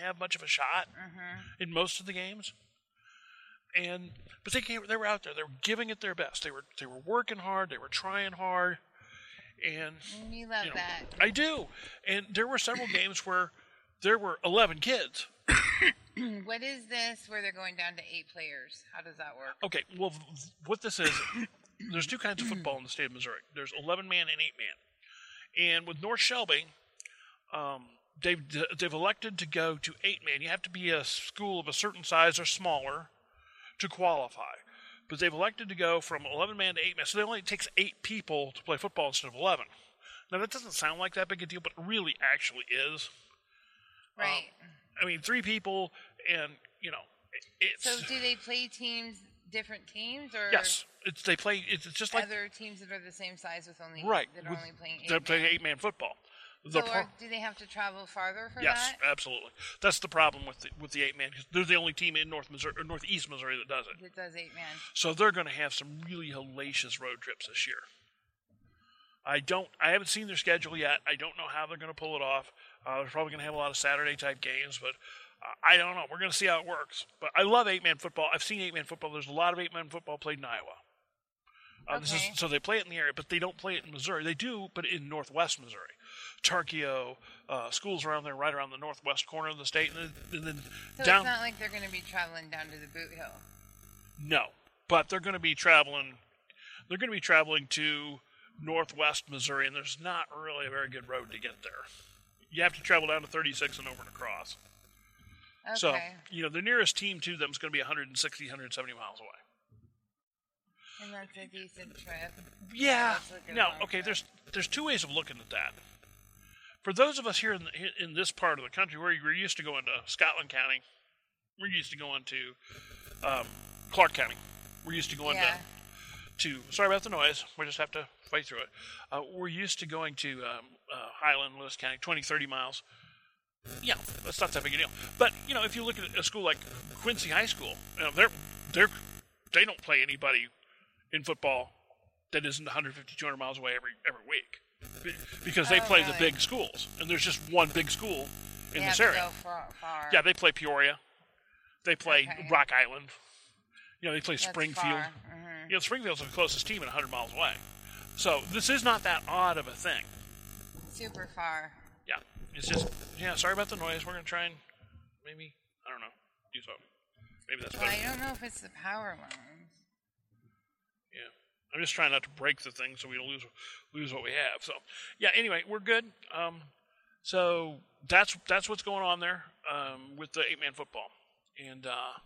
have much of a shot in most of the games. And but they came, they were out there. They were giving it their best. They were they were working hard. They were trying hard. And
And you love
you know,
that.
I do. And there were several games where there were eleven kids.
what is this where they're going down to eight players? How does that work?
Okay, well, v- what this is, there's two kinds of football in the state of Missouri. There's 11 man and 8 man, and with North Shelby, um, they've they've elected to go to 8 man. You have to be a school of a certain size or smaller to qualify, but they've elected to go from 11 man to 8 man. So they only it takes eight people to play football instead of 11. Now that doesn't sound like that big a deal, but it really actually is. Um,
Right.
I mean, three people, and you know, it- it's
so do they play teams, different teams, or
yes, it's they play. It's it's just like
other teams that are the same size with only
Right.
that are
with-
only playing eight?
they're playing
men?
eight man football.
So
The pro-
are, do they have to travel farther for
yes,
that?
absolutely. That's the problem with the, with the eight man. They're the only team in North Missouri, or Northeast Missouri that does it.
It does eight man.
So they're going to have some really hellacious road trips this year. I don't. I haven't seen their schedule yet. I don't know how they're going to pull it off. Uh, they're probably going to have a lot of Saturday type games, but uh, I don't know. We're going to see how it works. But I love eight man football. I've seen eight man football. There's a lot of eight man football played in Iowa. Uh, this
Okay.
is, so they play it in the area, but they don't play it in Missouri. They do, but in northwest Missouri, Tarkio, uh, schools around there, right around the northwest corner of the state, and then, and then
So
down.
it's not like they're going to be traveling down to the boot hill.
No, but they're going to be traveling. They're going to be traveling to northwest Missouri, and there's not really a very good road to get there. You have to travel down to 36 and over and across.
Okay.
So you know the nearest team to them is going to be 160, 170 miles away.
and that's a decent trip.
Yeah.
That's like a
No.
long
Okay.
trip.
There's there's two ways of looking at that. For those of us here in the, in this part of the country, where we're used to going to Scotland County, we're used to going to um, Clark County, we're used to going
Yeah.
to to. Sorry about the noise. We just have to halfway through it. Uh, we're used to going to um, uh, Highland, Lewis County, 20, 30 miles. Yeah, that's not that big a deal. But you know, if you look at a school like Quincy High School, you know, they're they're they don't play anybody in football that isn't 150, 200 miles away every every week Be- because they
Oh,
play the
really?
big schools, and there's just one big school
they
in this
have to
area.
go far, far.
Yeah, they play Peoria. They play
Okay.
Rock Island. You know, they play
That's
Springfield.
far. Mhm.
You know, Springfield's the closest team and 100 miles away. So this is not that odd of a thing.
Super far.
Yeah, it's just, yeah, sorry about the noise. We're going to try and maybe, I don't know, use up. Maybe that's
Well,
better.
I don't know if it's the power lines.
Yeah. I'm just trying not to break the thing so we don't lose lose what we have. So yeah, anyway, we're good. Um, so that's that's what's going on there um, with the eight man football. And uh,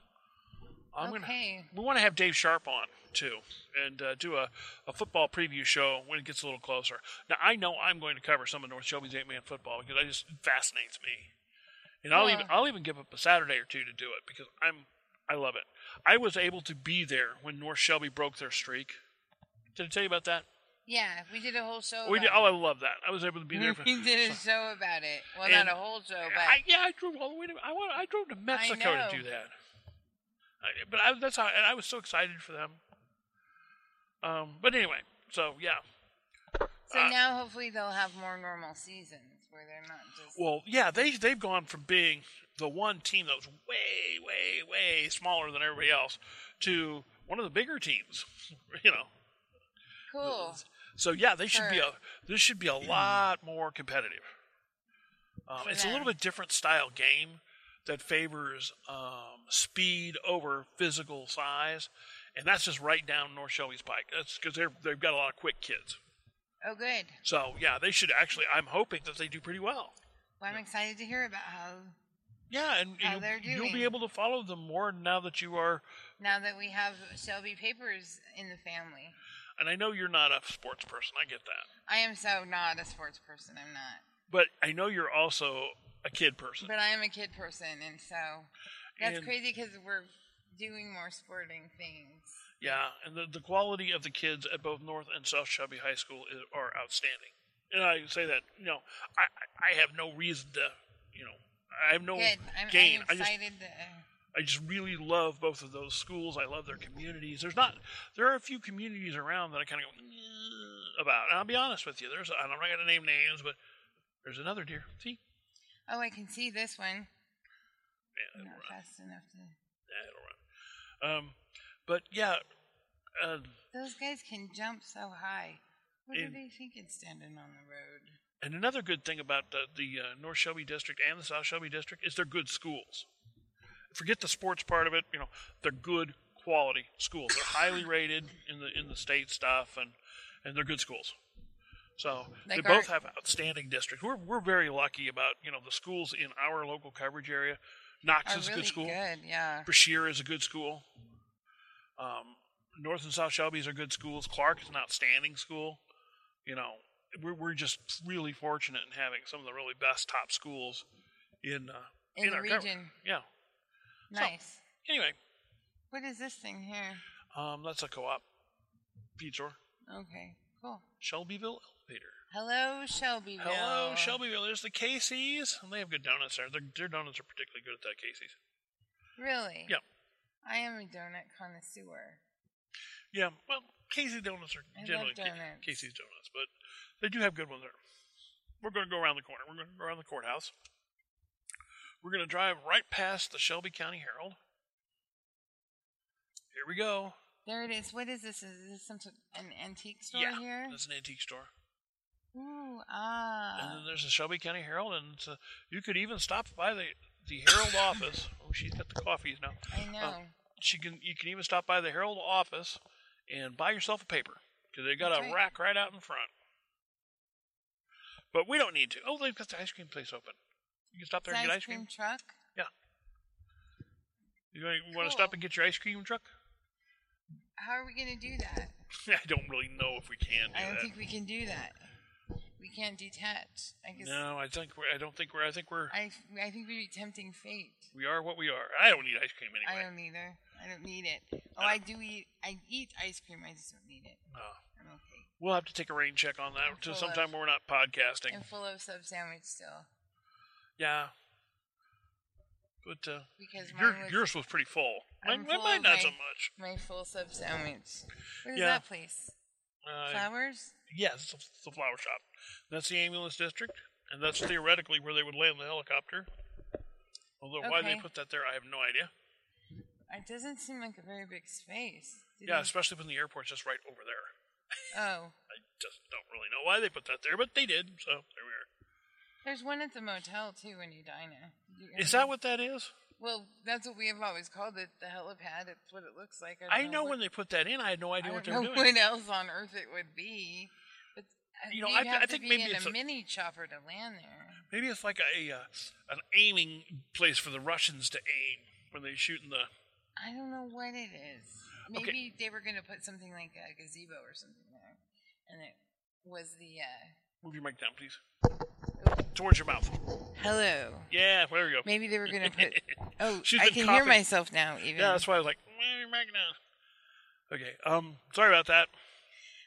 I'm
Okay.
gonna we want to have Dave Sharp on too and uh, do a, a football preview show when it gets a little closer. Now I know I'm going to cover some of North Shelby's eight man football because I just it fascinates me. And I'll even
Yeah.
I'll even give up a Saturday or two to do it because I'm I love it. I was able to be there when North Shelby broke their streak. Did I tell you about that?
Yeah, we did a whole show.
We did, oh,
about
I love that. I was able to be there.
it.
For,
we did a show about it. Well,
And-
not a whole show, but
I, yeah, I drove all the way to. I, went, I drove to Mexico to
know.
do that. I, but I, that's how, and I was so excited for them. Um, but anyway, so yeah,
so
uh,
now hopefully they'll have more normal seasons where they're not just.
Well, yeah, they they've gone from being the one team that was way, way, way smaller than everybody else to one of the bigger teams. You know,
cool.
so yeah, they should be a
Sure.
this should be a lot more competitive. Um,
For
it's a little
them.
bit different style game that favors um, speed over physical size, and that's just right down North Shelby's pike. That's because they're they've got a lot of quick kids.
Oh, good.
So yeah, they should actually. I'm hoping that they do pretty well.
Well, I'm excited to hear about how
Yeah, and
how
you,
they're
will be
doing.
able to follow them more now that you are.
now that we have Shelby papers in the family.
And I know you're not a sports person. I get that,
I am so not a sports person. I'm not,
but I know you're also a kid person.
but I am a kid person, and so that's
And-
crazy because we're doing more sporting things.
Yeah, and the, the quality of the kids at both North and South Shelby High School is, are outstanding. And I say that, you know, I I- I have no reason to, you know, I have no
Good. I'm,
gain.
I'm
Oh, I just
excited. that- uh,
I just really love both of those schools. I love their communities. There's not there are a few communities around that I kind of go "Eh," about. And I'll be honest with you. There's I'm not going to name names, but there's another deer. See,
oh, I can see this one.
yeah, it'll
Not
run.
fast enough to.
Yeah, it'll run. Um, but yeah, uh,
Those guys can jump so high. What do
And-
they think it's standing on the road?
and another good thing about the, the uh, North Shelby district and the South Shelby district is they're good schools. Forget the sports part of it. You know, they're good quality schools. They're highly rated in the in the state stuff, and and they're good schools. So
Like
they both
our-
have outstanding districts. We're we're very lucky about you know the schools in our local coverage area. Knox
Are
is a
Oh, really
good school.
yeah.
Brashear is a good school. Um, North and South Shelby's are good schools. Clark is an outstanding school. You know, we're, we're just really fortunate in having some of the really best top schools in uh,
In the
our cover-
region.
Yeah.
Nice.
Anyway,
What is this thing here?
um, that's a co-op feature.
Okay, cool.
Shelbyville Elevator.
Hello, Shelbyville.
Hello, Shelbyville. There's the Casey's, and they have good donuts there. Their, their donuts are particularly good at that Casey's.
Really?
Yeah,
I am a donut connoisseur.
yeah. Well, Casey donuts are
I love
generally Ca-
donuts.
Casey's donuts, but they do have good ones there. We're going to go around the corner. We're going to go around the courthouse. We're going to drive right past the Shelby County Herald. Here we go.
There it is. What is this? Is this some sort an antique store
yeah,
here?
that's an antique store.
Ooh,
and then
ah.
there's the Shelby County Herald, and it's a, you could even stop by the the Herald office. Oh, she's got the coffees now.
I know.
she can you can even stop by the Herald office and buy yourself a paper because they got
That's
a
right.
rack right out in front. But we don't need to. Oh, they've got the ice cream place open. You can stop there
It's an
and get
ice
ice cream.
cream, truck?
Yeah. You want to stop
Cool.
and get your ice cream truck?
How are we going to do that?
I don't really know if we can do
I don't
that.
think we can do that. We can't detach. I guess
no, I think we're, I don't think we're. I think we're.
I, I think we'd be tempting fate.
we are what we are. I don't need ice cream
I
anyway.
don't either. I don't need it. Oh, I do eat. I eat ice cream. I just don't need it.
No.
I'm Okay.
Uh, We'll have to take a rain check on that to
Full
sometime
of-
when we're not podcasting.
And full of sub sandwich still
Yeah. But uh,
because
your,
mine was
yours was pretty full. Mine,
I'm
mine,
full
mine
of
not so
my-
much.
my full sub sandwich. What is
Yeah.
that place?
Uh,
Flowers.
yes, it's a- it's the flower shop. That's the ambulance district, and that's theoretically where they would land the helicopter. Although why they
Okay.
put that there, I have no idea.
It doesn't seem like a very big space. Did
Yeah,
they-
especially when the airport's just right over there.
Oh,
I just don't really know why they put that there, but they did. So there we are.
there's one at the motel too in Edina. Did you-
Is that what that is?
Well, that's what we have always called it, the helipad. It's what it looks like.
I
don't
know
what-
when they put that in, I had no idea
I
what
don't
they were
know
doing.
what else on earth it would be. But uh,
You know,
you'd
I th-
have
I
to
think
be
maybe
in
it's
a,
a-
mini chopper to land there.
Maybe it's like a uh, an aiming place for the Russians to aim when they shoot in the.
I don't know what it is.
Okay.
Maybe they were going to put something like a gazebo or something there, and it was the. Uh,
Move your mic down, please. Towards your mouth.
Hello.
Yeah, there we go.
Maybe they were going to put. Oh,
She's
I
been
can hear
coughing.
myself now. Even
Yeah, that's why I was like, move your mic down. Okay. Um, sorry about that.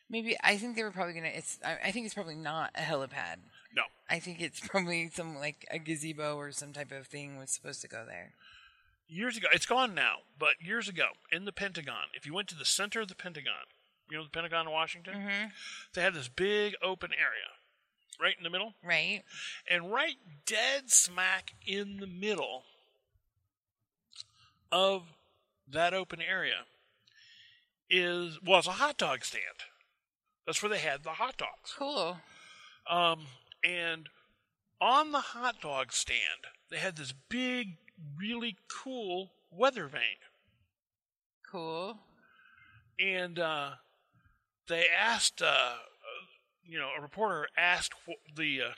maybe I think they were probably going to. It's. I, I think it's probably not a helipad.
No.
I think it's probably some like a gazebo or some type of thing was supposed to go there.
Years ago, it's gone now, but years ago in the Pentagon, if you went to the center of the Pentagon, you know the Pentagon in Washington,
Mm-hmm.
they had this big open area right in the middle.
Right.
And right dead smack in the middle of that open area is was a hot dog stand. That's where they had the hot dogs.
Cool.
Um, and on the hot dog stand, they had this big, really cool weather vane.
Cool.
and uh, they asked, uh, uh, you know, a reporter asked wh- the uh,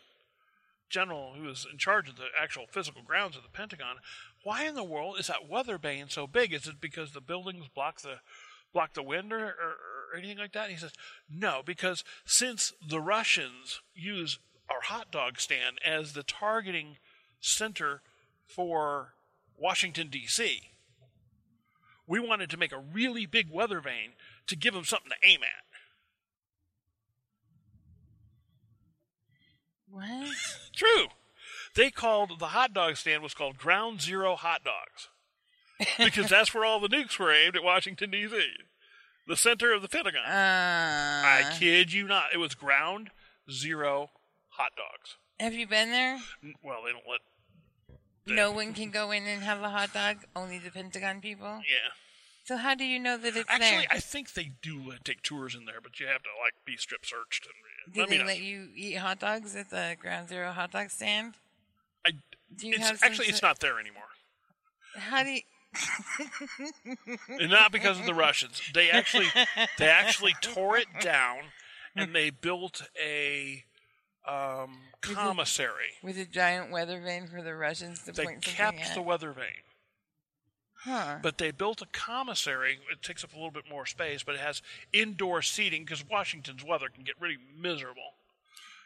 general who was in charge of the actual physical grounds of the Pentagon, why in the world is that weather vane so big? Is it because the buildings block the block the wind or, or, or anything like that? And he says, no, because since the Russians use our hot dog stand as the targeting center for Washington D.C. We wanted to make a really big weather vane to give them something to aim at.
What?
True. They called the hot dog stand was called Ground Zero Hot Dogs because that's where all the nukes were aimed at Washington D.C., the center of the Pentagon.
Uh, Uh-huh.
I kid you not, it was Ground Zero Hot Dogs.
Have you been there?
N- Well, they don't let. They-
No one can go in and have a hot dog. Only the Pentagon people.
Yeah.
So how do you know that it's
Actually,
there?
I think they do let take tours in there, but you have to like be strip searched. And,
do
I
they
mean, I-
let you eat hot dogs at the Ground Zero hot dog stand?
I,
Do you
it's,
have some
actually it's
sort-
not there anymore.
How do you?
and not because of the Russians. They actually they actually tore it down and they built a um, commissary
With a giant weather vane for the Russians to
They
point something
capped
at.
the weather vane.
huh.
But they built a commissary. It takes up a little bit more space, but it has indoor seating because Washington's weather can get really miserable.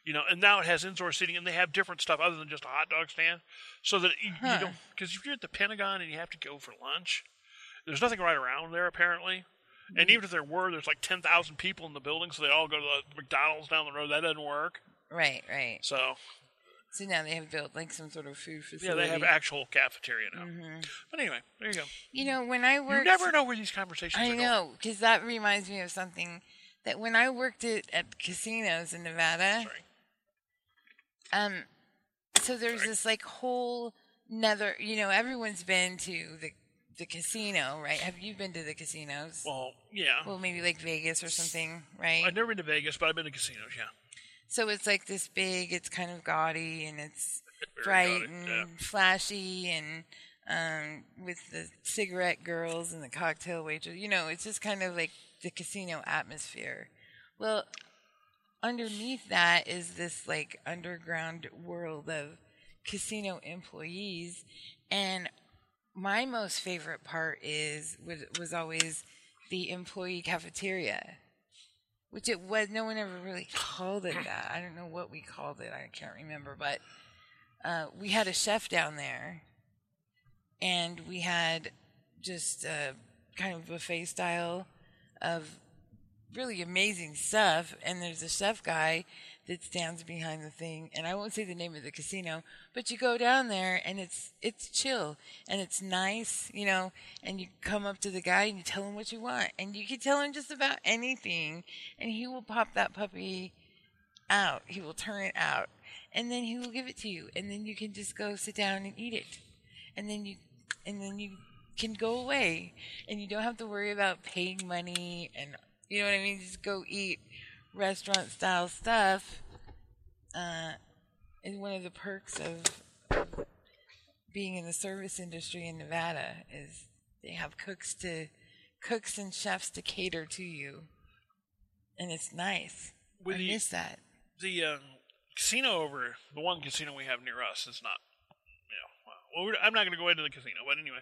You know, and now it has indoor seating, and they have different stuff other than just a hot dog stand, so that you, you
Huh.
don't. Because if you're at the Pentagon and you have to go for lunch, there's nothing right around there apparently.
Mm.
And even if there were, there's like ten thousand people in the building, so they all go to the McDonald's down the road. That doesn't work.
Right, right.
So
So now they have built like some sort of food
yeah,
facility.
they have actual cafeteria now.
Mm-hmm.
But anyway, there you go.
You know, when I
You
worked,
never know where these conversations
I
are going.
know because that reminds me of something that when I worked at, at casinos in Nevada,
Sorry.
um, so there's this like whole nether. You know, everyone's been to the the casino, right? Have you been to the casinos?
Well, yeah.
Well, maybe like Vegas or something, right?
I've never been to Vegas, but I've been to casinos. Yeah,
So it's like this big, it's kind of gaudy and it's
Very
bright
gaudy,
and
yeah.
flashy and um, with the cigarette girls and the cocktail waitress. You know, it's just kind of like the casino atmosphere. Well, underneath that is this like underground world of casino employees and my most favorite part is was, was always the employee cafeteria which it was no one ever really called it that i don't know what we called it i can't remember but uh, we had a chef down there and uh, we had just a kind of buffet style of really amazing stuff. And there's a chef guy that stands behind the thing, and I won't say the name of the casino, but you go down there and it's it's chill and it's nice, you know. And you come up to the guy and you tell him what you want, and you can tell him just about anything, and he will pop that puppy out. He will turn it out, and then he will give it to you, and then you can just go sit down and eat it, and then you, and then you can go away, and you don't have to worry about paying money, and you know what I mean. Just go eat restaurant style stuff. Uh, is one of the perks of, of being in the service industry in Nevada is they have cooks to cooks and chefs to cater to you, and it's nice.
With
I
the-
miss that.
the uh, casino over the one casino we have near us is not. Yeah, well, we're, I'm not going to go into the casino, but anyway,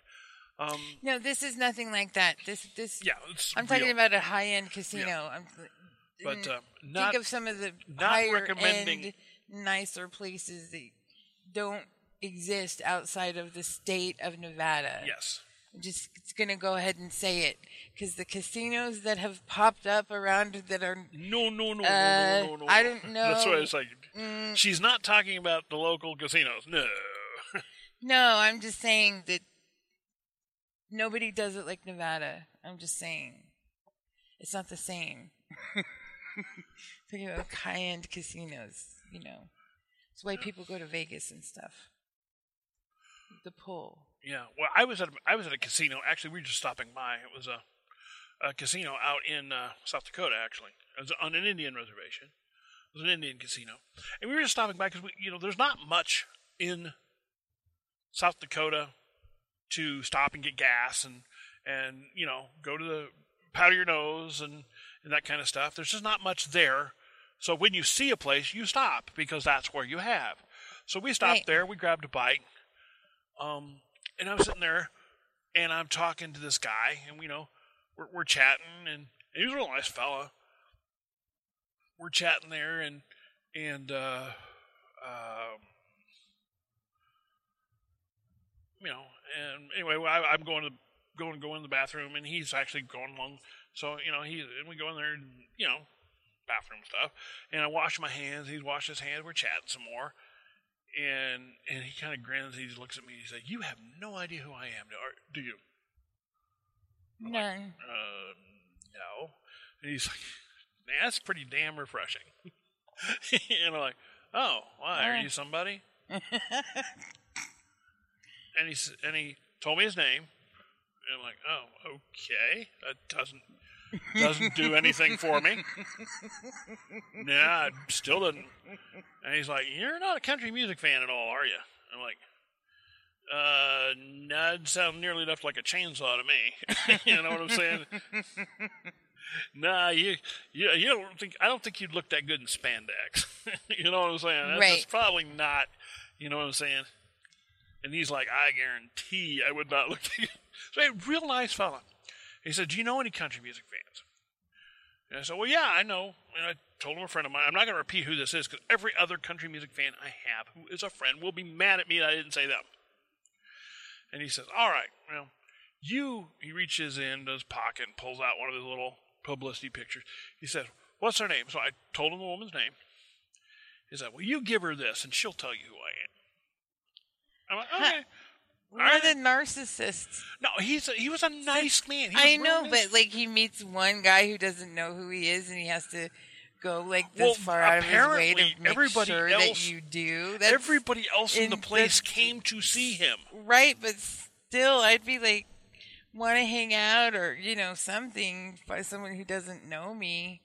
um,
No, this is nothing like that. This this
yeah, it's
I'm talking
real.
about a high end casino. I'm
But
mm,
uh, not
think of some of the
not
higher
recommending-
end, nicer places that don't exist outside of the state of Nevada.
yes,
I'm just going to go ahead and say it because the casinos that have popped up around that are
no, no, no,
Uh,
no, no, no, no.
I don't
That's what
know. Mm.
it's like. She's not talking about the local casinos. No,
no, I'm just saying that nobody does it like Nevada. I'm just saying it's not the same. Talking about high end casinos, you know, it's why people go to Vegas and stuff. The pool.
yeah. Well, I was at a, I was at a casino. Actually, we were just stopping by. It was a a casino out in uh, South Dakota. Actually, it was on an Indian reservation. It was an Indian casino, and we were just stopping by because we, you know, there's not much in South Dakota to stop and get gas and and you know go to the powder your nose and and that kind of stuff. There's just not much there. So when you see a place, you stop because that's where you have. So we stopped
Right.
there. We grabbed a bite, um, and I'm sitting there, and I'm talking to this guy, and you know we're, we're chatting, and, and he was a real nice fella. We're chatting there, and and uh, um, you know, and anyway, well, I, I'm going to going going to the bathroom, and he's actually going along. So you know, he and we go in there, and you know, bathroom stuff, and I wash my hands. He's washed his hands. We're chatting some more, and and he kind of grins. He looks at me. He's like, "You have no idea who I am, are- do you?"
None.
Uh, no. And he's like, "Man, that's pretty damn refreshing. and I'm like, oh, why? Are
Uh.
you somebody? and, he, s- and he told me his name. And I'm like, oh, okay. That doesn't doesn't do anything for me. nah, it still doesn't. And he's like, you're not a country music fan at all, are you? I'm like, uh, nah, it sounds nearly enough like a chainsaw to me. you know what I'm saying? nah, you, you, you don't think I don't think you'd look that good in spandex. you know what I'm saying? That's, that's
Right.
probably not. You know what I'm saying? And he's like, I guarantee I would not look. that good." so, hey, real nice fella. He said, Do you know any country music fans? And I said, Well, yeah, I know. And I told him a friend of mine. I'm not going to repeat who this is because every other country music fan I have who is a friend will be mad at me that I didn't say them. And he says, All right, well, you. He reaches into his pocket and pulls out one of his little publicity pictures. He says, What's her name? So I told him the woman's name. He said, Well, you give her this and she'll tell you who I am. I'm like,
Huh.
Okay.
We're the narcissists.
No, he's a, he was a nice man. He was
I
real
know,
nice.
but like he meets one guy who doesn't know who he is, and he has to go like this
Well,
far out of his way to
apparently
make
everybody
sure
else-
that you do. That's
everybody else in the
in-
place
that's-
came to see him.
right, but still, I'd be like, want to hang out or you know something by someone who doesn't know me.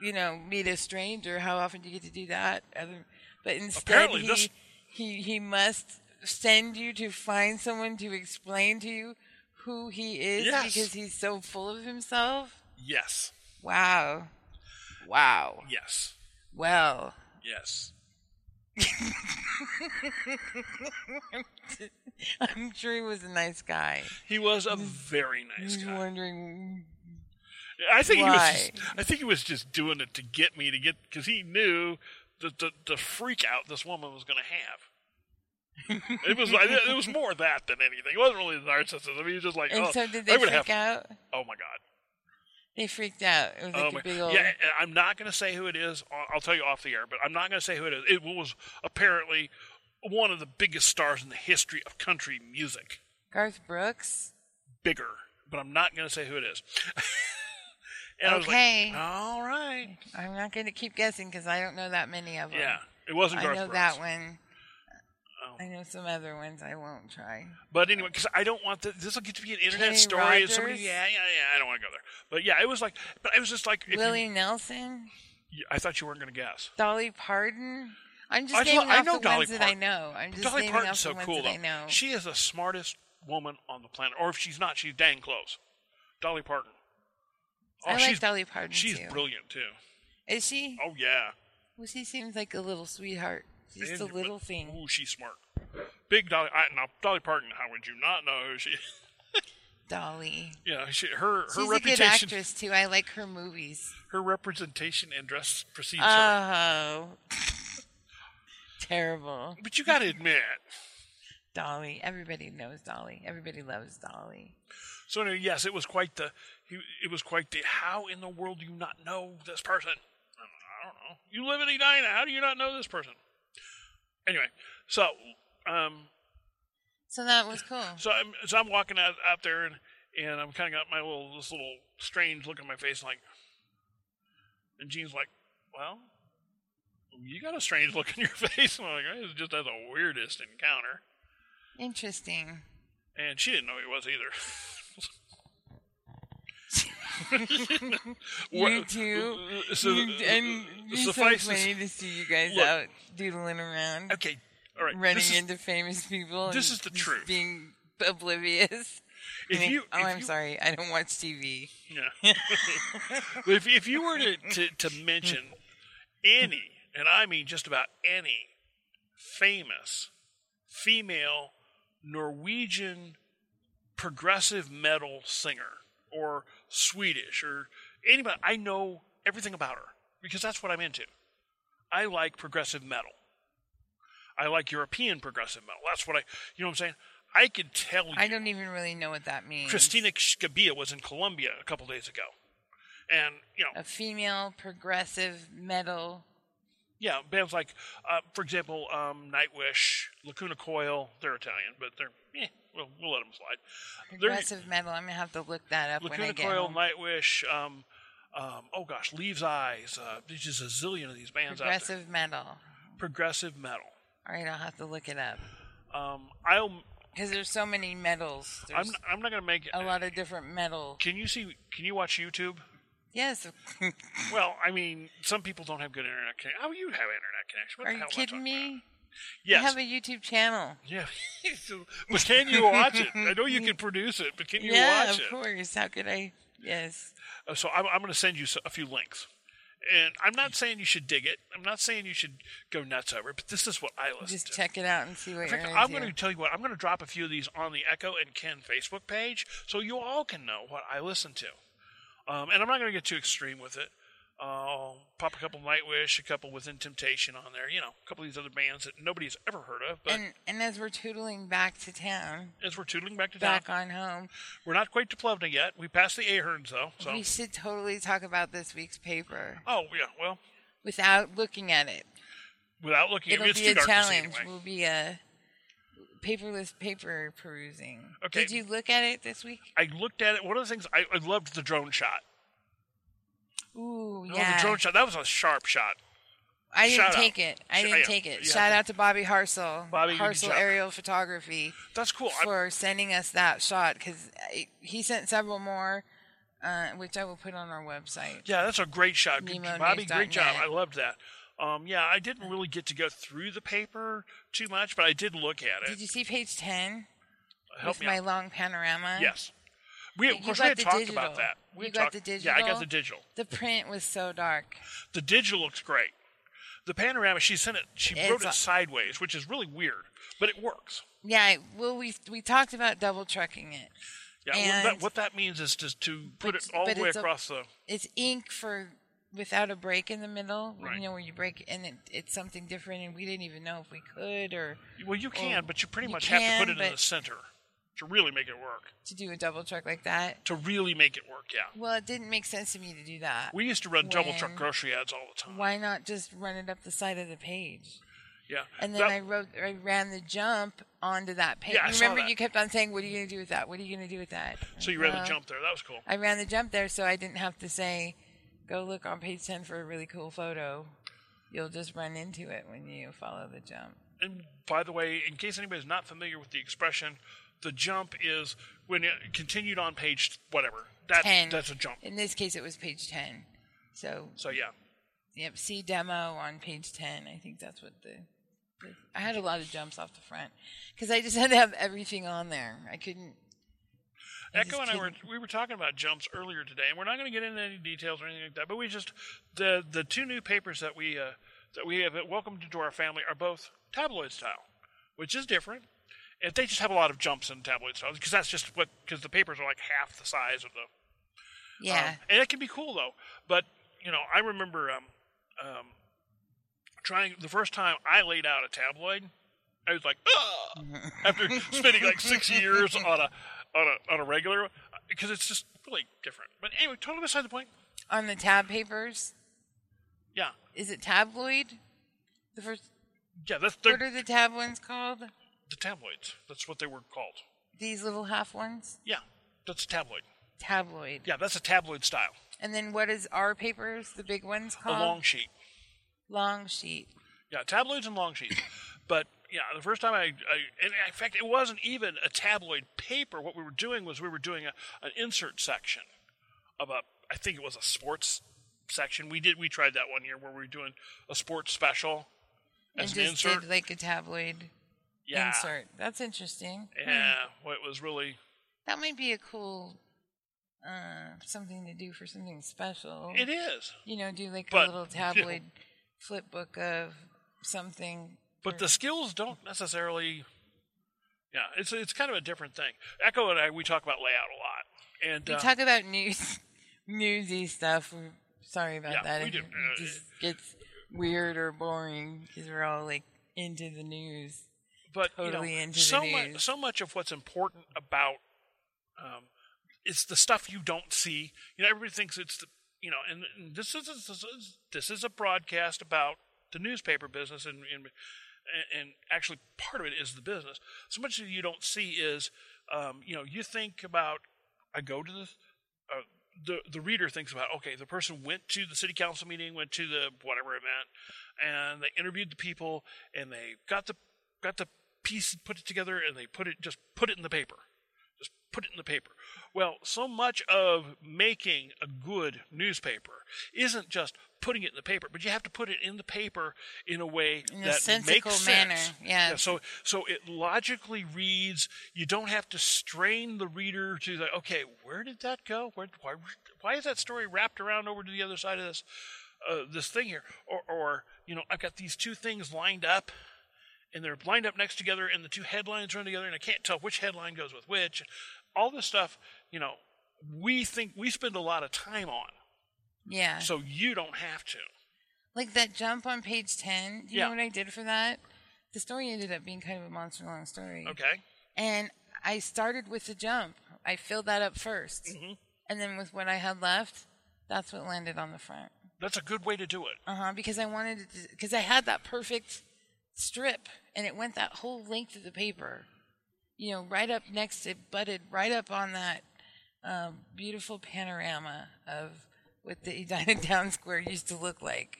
You know, meet a stranger. How often do you get to do that? Other, but instead,
Apparently
he,
this-
he he must send you to find someone to explain to you who he is
Yes.
because he's so full of himself.
Yes,
Wow. Wow.
yes,
Well,
yes.
I'm sure he was a nice guy.
He was a very nice
He's
guy.
wondering.
I think
Why?
he was. Just, I think he was just doing it to get me to get because he knew the, the the freak out this woman was going to have. it was like it was more that than anything. It wasn't really narcissism. He was just like,
And
oh,
so did
I
they
would
freak
have.
out?
Oh my god!
They freaked out. It was like
Oh my-
a big old.
Yeah, I- I'm not going to say who it is. I'll- I'll tell you off the air, but I'm not going to say who it is. It was apparently one of the biggest stars in the history of country music.
Garth Brooks.
Bigger, but I'm not going to say who it is. and
Okay.
I was like, all right.
I'm not going to keep guessing because I don't know that many of them.
Yeah, it wasn't
I
Garth
know
Brooks.
that one.
Oh.
I know some other ones. I won't try.
But anyway, because I don't want this will get to be an internet
Kenny
story. and somebody,
Rogers?
yeah, yeah, yeah. I don't want to go there. But yeah, it was like, but I was just like, if you-
Willie Nelson,
you- I thought you weren't going to guess.
Dolly Parton. I'm just
I thought-
naming
I
off
know
the
Dolly
ones that I
Parton.
know. I'm just
Dolly
naming
Parton's
off the
so
ones
cool
that
though.
I know.
She is the smartest woman on the planet, or if she's not, she's dang close. Dolly Parton. Oh,
I like
she's-
Dolly Parton
She's
too.
brilliant too.
Is she?
Oh yeah,
Well, she seems like a little sweetheart. Just
And-
a little thing.
Ooh, she's smart. Big Dolly. I, now Dolly Parton. How would you not know who she?
Dolly.
Yeah, she, her her
She's a good
reputation,
actress too. I like her movies.
her representation and dress precedes her.
Oh, terrible.
But you got to admit.
Dolly. Everybody knows Dolly. Everybody loves Dolly.
So anyway, yes, it was quite the. He, it was quite the. How in the world do you not know this person? I don't know. You live in Edina. How do you not know this person? Anyway, so um,
So that was cool.
so I'm so I'm walking out out there and and I'm kind of got my little this little strange look on my face like, and Gene's like, well, you got a strange look on your face. And I'm like, this is just as the weirdest encounter.
Interesting.
And she didn't know he was either.
You
Wha-
too.
So, uh,
you, and it's so
suffice to s-
funny to see you guys
Look.
out doodling around,
okay, all right.
running
this is-
into famous people.
this
and
is the
just
truth.
Being oblivious.
if
Like,
you,
oh,
if
I'm
you-
sorry. I don't watch TV.
Yeah. But if if you were to, to to mention any, and I mean just about any, famous female Norwegian progressive metal singer or Swedish or anybody, I know everything about her because that's what I'm into. I like progressive metal. I like European progressive metal. That's what I, you know what I'm saying? I could tell you.
I don't even really know what that means.
Christina Scabia was in Colombia a couple days ago, and you know,
A female progressive metal.
yeah, bands like, uh, for example, um, Nightwish, Lacuna Coil. They're Italian, but they're eh, we'll, we'll let them slide. They're-
Progressive metal. I'm gonna have to look that up when I
Lacuna
get
Coil,
home.
Nightwish. Um, um, oh gosh, Leaves Eyes. Uh, there's just a zillion of these bands out there.
Progressive metal.
Progressive metal.
All right, I'll have to look it up
Um, I'll.
because there's so many metals.
I'm.
There's
I'm not gonna make it.
a lot of different metal.
Can you see? Can you watch YouTube?
Yes. of-
Well, I mean, some people don't have good internet connection. How you have internet connection? What
Are
the
you
hell am I
kidding
talking about?
me?
Yes.
I have a YouTube channel.
Yeah, but can you watch it? I know you can produce it, but can you
yeah,
watch
of
it?
course. How could I? Yes.
Uh, So I'm, I'm going to send you s- a few links, and I'm not saying you should dig it. I'm not saying you should go nuts over it. But this is what I listen
Just
to.
check it out and see what
In fact,
you're
I'm
into.
going to tell you what. I'm going to drop a few of these on the Echo and Ken Facebook page, so you all can know what I listen to. Um, and I'm not going to get too extreme with it. I'll pop a couple Nightwish, a couple Within Temptation on there. You know, a couple of these other bands that nobody's ever heard of. But
and and as we're tootling back to town,
as we're tootling back to town,
back on home,
We're not quite to Plevna yet. We passed the Aherns though. So
we should totally talk about this week's paper
oh yeah, well,
without looking at it.
without looking,
It'll
at it's
be
too
a
dark
challenge.
to see anyway.
We'll be a paperless paper perusing.
Okay.
Did you look at it this week?
I looked at it. One of the things I, I loved the drone shot.
Ooh,
Oh,
yeah.
the drone shot. That was a sharp shot.
I didn't
Shout out.
take it. I
Sh-
didn't
yeah,
take it.
yeah.
Shout out to Bobby Harsel,
Bobby, you did
Harsel
job.
Aerial Photography,
That's cool. I,
for sending us that shot because he sent several more, uh, which I will put on our website.
yeah, that's a great shot, Good-
Nemo
Bobby.
News dot
Great job.
net.
I loved that. Um, yeah, I didn't really get to go through the paper too much, but I did look at it.
Did you see page ten
Help
with
me
my
out.
long panorama?
Yes. We, of
You
course,
got
we had
the
talked
digital.
about that. We
You
had
got
talked-
the
Yeah, I got
digital?
the digital.
The print was so dark.
The digital looks great. The panorama, she sent it. She wrote
It's a-
it sideways, which is really weird, but it works.
Yeah. I- Well, we we talked about double trucking it.
Yeah, what, that,
And-
what that means is to, to put
But-
it all
but
the way
it's a-
across the.
It's ink for without a break in the middle.
Right.
You know where you break and it, it's something different, and we didn't even know if we could or
Well, you can, but you pretty
Oh, you
much have to
can,
put it in the
but-
center. to really make it work.
to do a double truck like that.
To really make it work, yeah.
Well, it didn't make sense to me to do that.
We used to run double truck
When-
grocery ads all the time.
Why not just run it up the side of the page?
Yeah.
And then
That-
I wrote, I ran the jump onto that page.
Yeah, I
you
saw
remember
that.
you kept on saying, "What are you going to do with that? What are you going to do with that?"
so you ran
Well,
the jump there. That was cool.
I ran the jump there, so I didn't have to say, "Go look on page ten for a really cool photo." You'll just run into it when you follow the jump.
And by the way, in case anybody's not familiar with the expression, the jump is when it continued on page whatever. That
Ten.
that's a jump.
In this case, it was page ten. So
So yeah.
Yep, see demo on page 10. I think that's what the. the I had a lot of jumps off the front because I just had to have everything on there. I couldn't. I just
Echo and I were
couldn't-
we were talking about jumps earlier today, and we're not going to get into any details or anything like that. But we just the the two new papers that we uh, that we have welcomed into our family are both tabloid style, which is different. And they just have a lot of jumps in tabloid style because that's just what because the papers are like half the size of the
Yeah.
Um, and it can be cool though. But you know, I remember um, um, trying the first time I laid out a tabloid. I was like, "Ugh," after spending like six years on a on a on a regular, because it's just really different. But anyway, totally beside the point.
on the tab papers.
Yeah,
Is it tabloid? The first.
yeah, that's
What
the,
are the tab ones called?
the tabloids. That's what they were called.
These little half ones?
Yeah, that's a tabloid.
Tabloid.
Yeah, that's a tabloid style.
And then what is our papers, the big ones
A
called?
long sheet.
Long sheet.
Yeah, tabloids and long sheets. But yeah, the first time I, I and in fact, it wasn't even a tabloid paper. What we were doing was we were doing a, an insert section of a, I think it was a sports section. We did we tried that one year where we were doing a sports special as
and
an
just
insert.
did like a tabloid
yeah,
insert. That's interesting.
yeah. Well, it was really
That might be a cool uh, something to do for something special.
it is.
You know, do like
But,
a little
you know.
tabloid flip book of something.
But the skills don't necessarily. Yeah, it's it's kind of a different thing. Echo and I we talk about layout a lot, and
We
uh,
talk about news, newsy stuff. We're sorry about
Yeah,
that.
we
if
do.
It
Uh,
just gets weird or boring because we're all like into the news.
but
totally
you know,
into the
so much
news.
so much of what's important about um, it's the stuff you don't see. You know, everybody thinks it's the you know, and, and this is this is this is a broadcast about the newspaper business, and and and actually part of it is the business. So much that you don't see is um, you know you think about I go to the. Uh, the, the reader thinks about okay the person went to the city council meeting went to the whatever event and they interviewed the people and they got the got the piece and put it together and they put it just put it in the paper just put it in the paper well so much of making a good newspaper isn't just putting it in the paper but you have to put it in the paper in a way
In a
that makes
sensical
sense
manner, yeah.
so so it logically reads you don't have to strain the reader to like okay where did that go where why why is that story wrapped around over to the other side of this uh, this thing here or or you know i've got these two things lined up and they're lined up next together and the two headlines run together and i can't tell which headline goes with which all this stuff you know we think we spend a lot of time on
Yeah.
so you don't have to
like that jump on page 10. Do you
Yeah.
know what I did for that? The story ended up being kind of a monster long story.
okay
and I started with the jump. I filled that up 1st
Mm-hmm.
and then with what I had left, that's what landed on the front.
that's a good way to do it
Uh huh. Because I wanted it to, because I had that perfect strip, and it went that whole length of the paper, you know, right up next. It butted right up on that um, beautiful panorama of what the Edina Town Square used to look like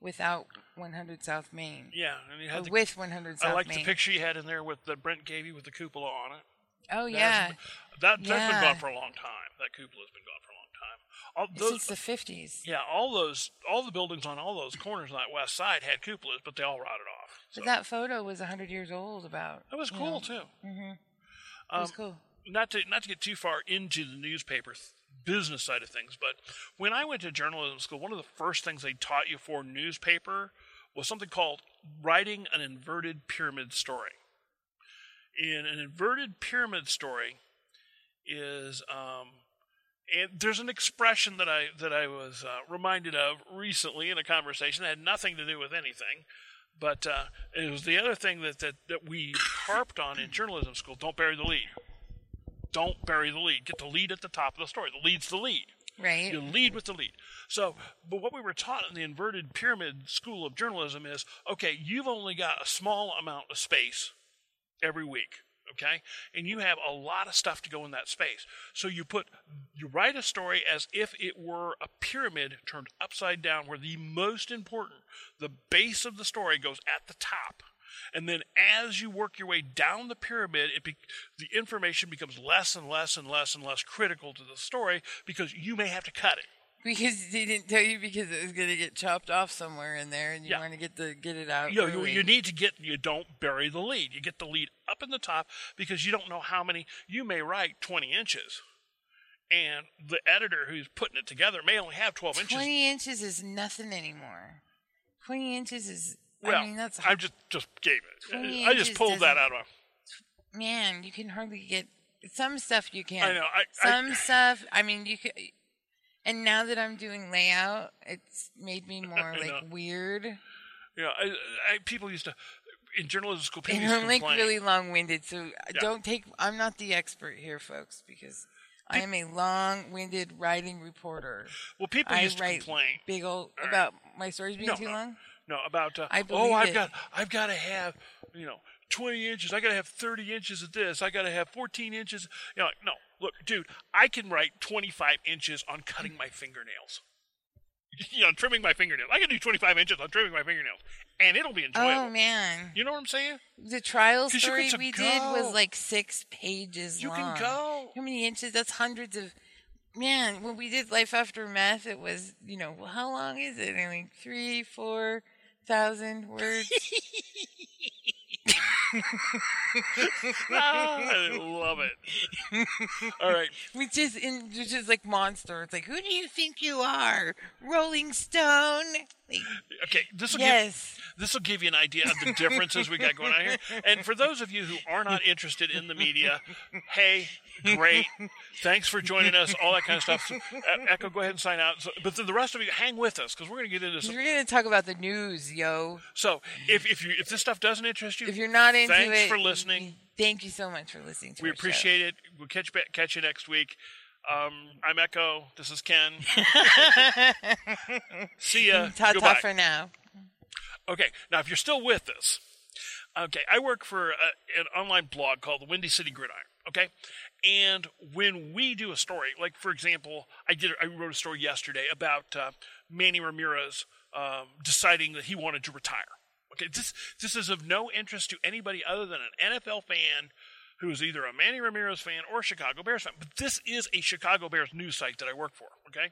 without 100 South Main.
Mm-hmm. yeah and you
Or
had the,
with 100 South
i like
Main.
the picture you had in there with that brent gave you with the cupola on it
Oh,
That
yeah.
hasn't been- that, has
Yeah.
been gone for a long time. That cupola has been gone for a long time. All
Since
those,
the 50s.
yeah, all those, all the buildings on all those corners on that west side had cupolas, but they all rotted off. So
But that photo was 100 years old about.
that was
you
cool
know.
too. Um,
It was cool.
Not to not to get too far into the newspaper th- business side of things, but when I went to journalism school, one of the first things they taught you for newspaper was something called writing an inverted pyramid story. In an inverted pyramid story, is um, and there's an expression that I that I was uh, reminded of recently in a conversation that had nothing to do with anything, but uh, it was the other thing that that, that we harped on in journalism school: don't bury the lead. Don't bury the lead. Get the lead at the top of the story. The lead's the lead.
Right.
You lead with the lead. So, but what we were taught in the inverted pyramid school of journalism is okay, you've only got a small amount of space every week, okay? And you have a lot of stuff to go in that space. So you put, you write a story as if it were a pyramid turned upside down where the most important, the base of the story goes at the top. And then as you work your way down the pyramid, it be, the information becomes less and less and less and less critical to the story because you may have to cut it.
Because they didn't tell you because it was going to get chopped off somewhere in there, and you
Yeah.
want to get the get it out.
You, know, you,
early.
you need to get, you don't bury the lead. You get the lead up in the top because you don't know how many, you may write 20 inches. And the editor who's putting it together may only have 12 inches.
Twenty inches is nothing anymore. Twenty inches is.
Well,
I mean, that's
I just just gave it.
20
I just
inches
pulled that
doesn't-
out of.
man. You can hardly get some stuff. You can.
I know, I- I-
some stuff. I mean, you could. And now that I'm doing layout, it's made me more
I
like
know.
weird.
You know, I, I, people used to in journalism school. People
And
used to
I'm like
complain.
really long winded, so uh,
Yeah.
don't take. I'm not the expert here, folks, because I am a long winded writing reporter.
well, people
I
used to
write
complain.
big old
All right.
about my stories being
No,
too
no.
long.
No, about uh,
I
oh,
believe
I've
it.
got I've got to have you know twenty inches. I got to have thirty inches of this. I got to have fourteen inches. You know, like, no, look, dude, I can write twenty five inches on cutting my fingernails. You know, trimming my fingernails. I can do twenty five inches on trimming my fingernails, and it'll be enjoyable.
Oh man,
You know what I'm saying?
the trial
'Cause uh, you
story
get to
we did
go.
was like six pages
You can
long.
go.
How many inches? That's hundreds of. Man, when we did life after meth, it was you know well, how long is it? I mean, three, four thousand words.
Ah, I love it. All right.
Which is in which is like monster. It's like, who do you think you are? Rolling Stone? Like,
Okay, this will give
yes.
this will give you an idea of the differences we got going on here. And for those of you who are not interested in the media, hey, great, thanks for joining us, all that kind of stuff. So, E- Echo, go ahead and sign out. So, but then the rest of you, hang with us because we're going to get into some.
We're gonna talk about the news, yo.
So if if you if this stuff doesn't interest you,
If you're not into it,
thanks for listening.
Thank you so much for listening. to
We
our show.
appreciate it. We'll catch back, catch you next week. Um, I'm Echo. This is Ken. See ya.
Ta ta
Goodbye.
for now.
Okay, now if you're still with us, okay, I work for a, an online blog called the Windy City Gridiron. Okay, and when we do a story, like for example, I did I wrote a story yesterday about uh, Manny Ramirez um, deciding that he wanted to retire. Okay, this this is of no interest to anybody other than an NFL fan who is either a Manny Ramirez fan or a Chicago Bears fan. But this is a Chicago Bears news site that I work for. Okay,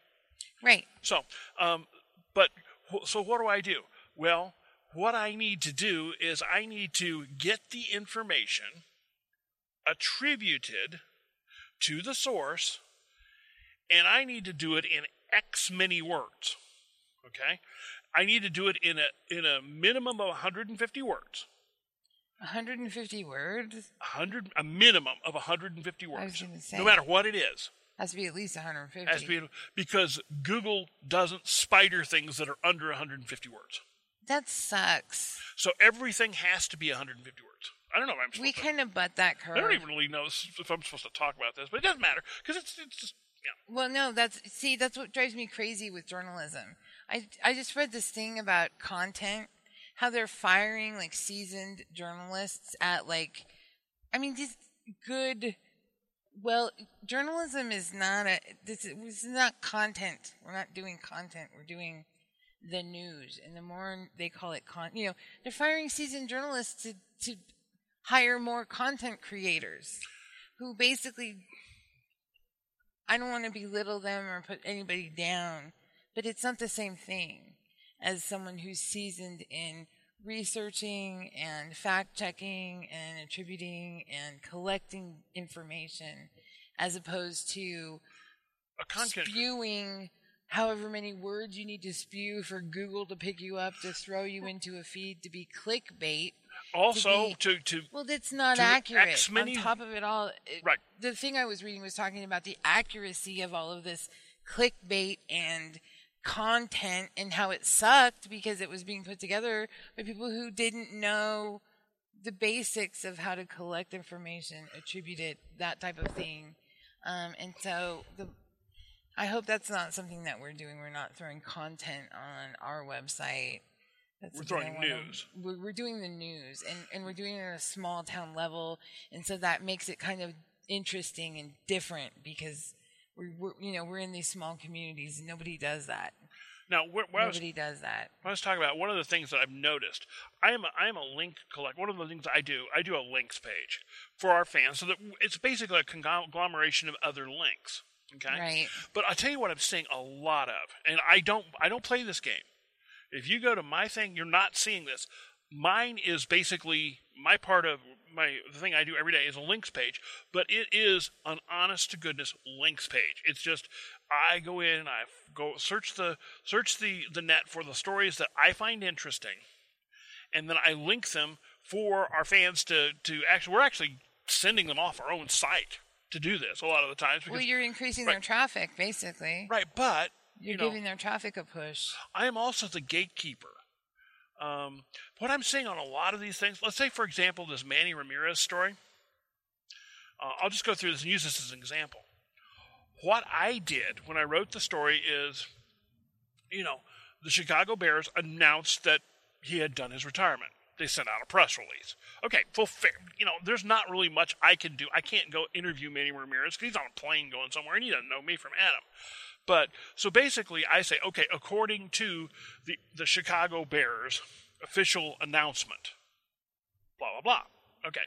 Right.
so, um, but wh- so what do I do? Well, what I need to do is I need to get the information attributed to the source, and I need to do it in X many words. Okay, I need to do it in a in a minimum of 150 words.
150 words
100 a minimum of 150
I was
words,
gonna say.
no matter what it is.
has to be at least 150.
Has to be, because Google doesn't spider things that are under 150 words.
that sucks.
So everything has to be 150 words. I don't know if I'm
We
supposed
kind of butt that curve.
to. I don't even really know s- if I'm supposed to talk about this, but it doesn't matter because it's, it's just, yeah.
Well, no, that's see, that's what drives me crazy with journalism. I I just read this thing about content, how they're firing like seasoned journalists at like, I mean, just good. Well, journalism is not a this is this is not content. We're not doing content. We're doing the news, and the more they call it con, you know, they're firing seasoned journalists to to hire more content creators who basically I don't want to belittle them or put anybody down, but it's not the same thing as someone who's seasoned in researching and fact checking and attributing and collecting information as opposed to
A content.
spewing however many words you need to spew for Google to pick you up to throw you into a feed to be clickbait.
also,
be-
to, to
Well, that's not
To
accurate.
X many-
On top of it all, it-
Right.
The thing I was reading was talking about the accuracy of all of this clickbait and content and how it sucked because it was being put together by people who didn't know the basics of how to collect information, attribute it, that type of thing. Um, and so the I hope that's not something that we're doing. We're not throwing content on our website. That's
We're
something I
throwing
wanna-
news.
We're, we're doing the news, and, and we're doing it on a small town level, and so that makes it kind of interesting and different because we're, we're you know we're in these small communities, and nobody does that.
Now, where, where I was
nobody does that.
Let's talk about one of the things that I've noticed. I am a, I am a link collect. One of the things I do, I do a links page for our fans, so that it's basically a conglomeration of other links. Okay.
Right.
But I'll tell you what I'm seeing a lot of, and I don't I don't play this game. If you go to my thing, you're not seeing this. Mine is basically my part of my the thing I do every day is a links page, but it is an honest to goodness links page. It's just I go in and I go search the search the the net for the stories that I find interesting, and then I link them for our fans to to actually we're actually sending them off our own site to do this a lot of the times
Well,
because
you're increasing their
right.
traffic, basically.
Right, but
You're
you know,
giving their traffic a push.
I am also the gatekeeper. Um, what I'm seeing on a lot of these things, let's say for example this Manny Ramirez story. Uh, I'll just go through this and use this as an example. What I did when I wrote the story is, you know, the Chicago Bears announced that he had done his retirement. They sent out a press release. Okay, full fair. You know, there's not really much I can do. I can't go interview Manny Ramirez because he's on a plane going somewhere and he doesn't know me from Adam. But so basically, I say, okay, according to the, the Chicago Bears official announcement, blah, blah, blah. Okay.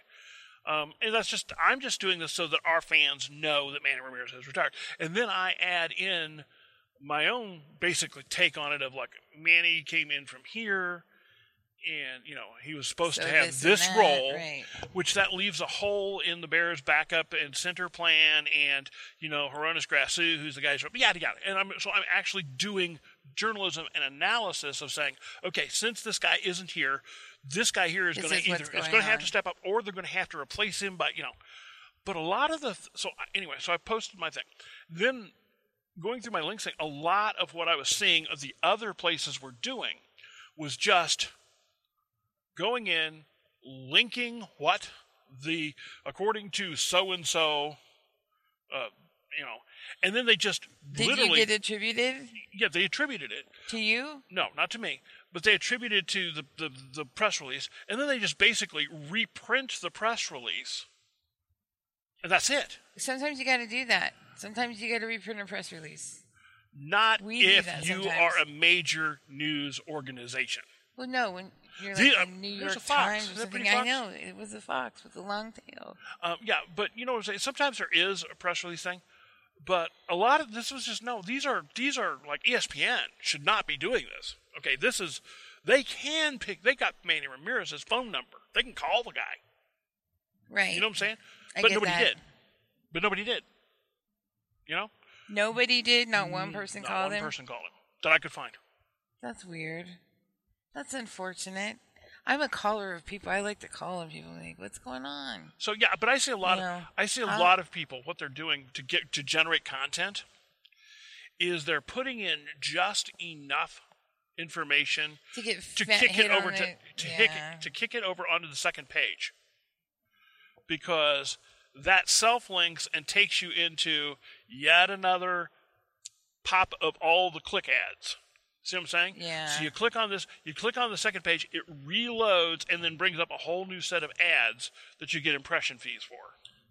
Um, and that's just, I'm just doing this so that our fans know that Manny Ramirez has retired. And then I add in my own basically take on it of like, Manny came in from here and, you know, he was supposed
So
to have
this and
this
that,
role
right.
which that leaves a hole in the Bears' backup and center plan, and you know Horonis Grassou, who's the guy, who's- yada yada. And I'm so I'm actually doing journalism and analysis of saying, okay, since this guy isn't here, this guy here is
This
going to
is what's
either is
going
going to have
on.
to step up, or they're going to have to replace him. But you know, but a lot of the th- so I- anyway, so I posted my thing. Then going through my links thing, a lot of what I was seeing of the other places were doing was just going in, linking what the according to so and so, you know, and then they just
Did
literally
you get attributed
yeah they attributed it
to you?
no, not to me, but they attributed to the, the, the press release, and then they just basically reprint the press release, and that's it.
Sometimes you got to do that. Sometimes you got to reprint a press release.
Not
We do
if
that
you
sometimes.
are a major news organization.
Well, no, when you're like
The- uh,
the New
there's
York
a fox.
Times
Isn't
or
that
something.
pretty
I
fox?
know it was a fox with a long tail.
Um, yeah, but you know what I'm saying. Sometimes there is a press release thing, but a lot of this was just no. These are these are like E ESPN should not be doing this. Okay, this is they can pick. They got Manny Ramirez's phone number. They can call the guy.
Right.
You know what I'm saying?
I
but
get
nobody
that.
did. But nobody did. You know,
Nobody did. Not one person
mm, not
called
one
him.
person called him that I could find.
That's weird. That's unfortunate. I'm a caller of people. I like to call on people. and be Like, what's going on?
So yeah, but I see a lot of
Yeah. Uh-huh.
I see a
I'll-
lot of people what they're doing to get to generate content is they're putting in just enough information
To get
to
fat,
kick
hit
it over
on
to
it.
to,
yeah.
kick it, to kick it over onto the second page because that self links and takes you into yet another pop of all the click ads. See what I'm saying?
Yeah.
So you click on this, you click on the second page, it reloads and then brings up a whole new set of ads that you get impression fees for.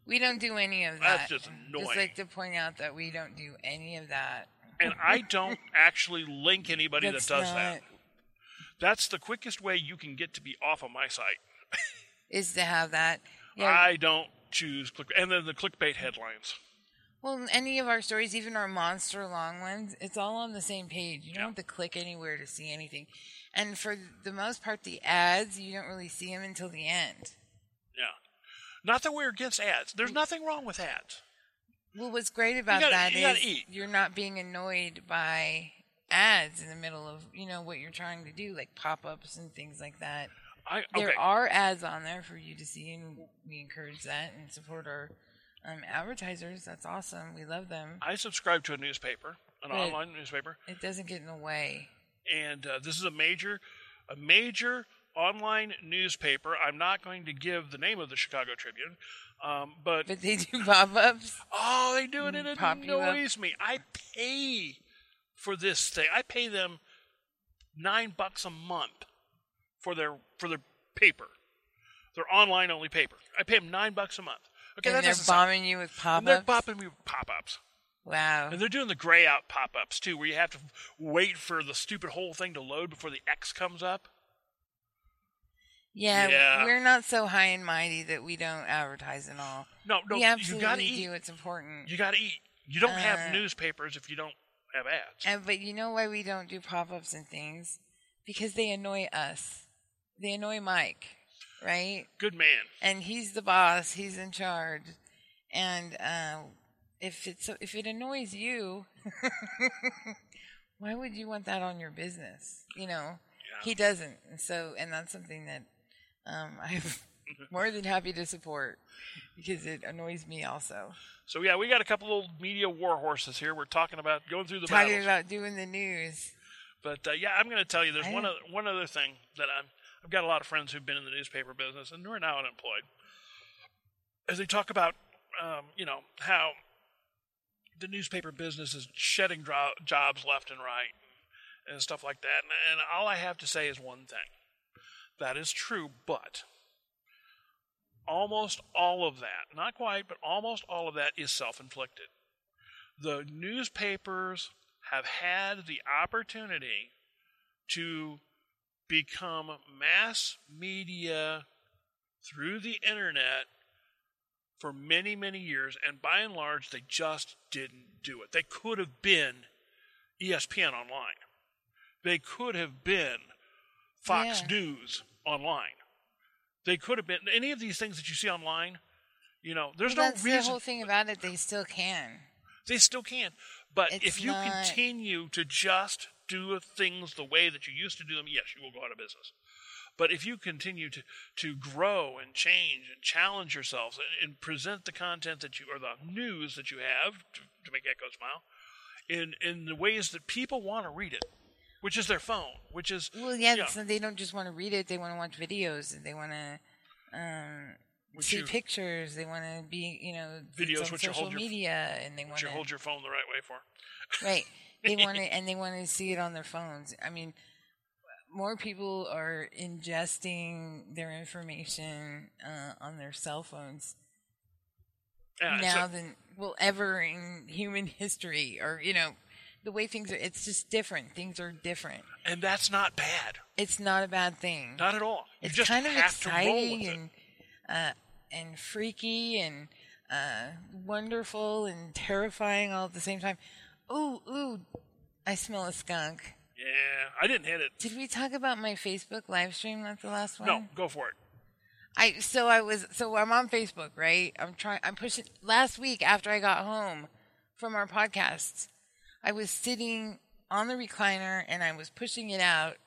we don't do any of that.
That's just annoying.
Just like to point out that we don't do any of that.
And I don't actually link anybody
That's
that does
not,
that. That's the quickest way you can get to be off of my site.
Is to have that. Yeah,
I don't choose click and then the clickbait headlines.
Well, any of our stories, even our monster long ones, it's all on the same page. You
Yeah.
don't have to click anywhere to see anything. And for the most part, the ads, you don't really see them until the end.
Yeah. Not that we're against ads. There's
Mm.
nothing wrong with ads.
Well, what's great about
gotta-
that
you gotta
is
eat.
you're not being annoyed by ads in the middle of, you know, what you're trying to do, like pop-ups and things like that.
I okay.
There are ads on there for you to see, and we encourage that and support our um, advertisers. That's awesome. We love them.
I subscribe to a newspaper, an
Right.
online newspaper,
It doesn't get in the way.
and uh, this is a major, a major online newspaper. I'm not going to give the name of the Chicago Tribune, um, but
But they do pop ups.
oh, they do it and it
Mm, Pop you up.
annoys me. I pay for this thing. I pay them nine bucks a month for their for their paper, their online only paper. I pay them nine bucks a month. Okay, that
and they're
doesn't sound-
bombing you with
and they're
pop ups.
popping me with pop-ups.
Wow.
And they're doing the gray out pop ups too, where you have to wait for the stupid whole thing to load before the X comes up.
Yeah,
Yeah.
we're not so high and mighty that we don't advertise at all.
No, no,
we
you
absolutely
gotta
do.
eat.
It's important.
You gotta eat. You don't have
Uh,
newspapers if you don't have ads.
and, but you know why we don't do pop ups and things? Because they annoy us. They annoy Mike, right?
Good man.
And he's the boss. He's in charge. And uh, if it's if it annoys you, why would you want that on your business? You know, he doesn't. And so, and that's something that um, I'm more than happy to support because it annoys me also.
So yeah, we got a couple old media war horses here. We're talking about going through the
Talking
battles.
about doing the news.
But uh, yeah, I'm gonna tell you there's
I
one other
don't-
one other thing that I'm I've got a lot of friends who've been in the newspaper business and who are now unemployed. As they talk about um, you know, how the newspaper business is shedding dro- jobs left and right and stuff like that. And, and all I have to say is one thing that is true, but almost all of that, not quite, but almost all of that is self inflicted. The newspapers have had the opportunity to become mass media through the internet for many, many years, and by and large, they just didn't do it. They could have been E ESPN online, they could have been Fox
Yeah.
News online, they could have been any of these things that you see online. You know, there's
Well,
no
that's
reason
the whole thing about it. They still can.
they still can. But
It's
if you
not-
continue to just do things the way that you used to do them, yes, you will go out of business. But if you continue to, to grow and change and challenge yourselves and, and present the content that you or the news that you have to, to make Echo smile in in the ways that people want to read it, which is their phone, which is
Well, yeah, so they don't just want to read it. They want to watch videos. They want to um,
Would
see
you-
pictures. They want to be, you know, it's
Videos
on
which you
social
hold your-
media, and they want
what you hold your phone the right way for.
right. They want to, and they want to see it on their phones. I mean, more people are ingesting their information uh, on their cell phones
Yeah, it's a-
now than well ever in human history, or you know, the way things are. It's just different. Things are different.
and that's not bad,
It's not a bad thing.
not at all. You
it's
just
kind of
have to roll with
exciting
it.
and uh, and freaky and uh, wonderful and terrifying all at the same time. Ooh, ooh, I smell a skunk.
Yeah, I didn't hit it.
Did we talk about my Facebook live stream? That's the last one.
No, go for it.
I so I was so I'm on Facebook, right? I'm trying. I'm pushing. Last week after I got home from our podcast, I was sitting on the recliner and I was pushing it out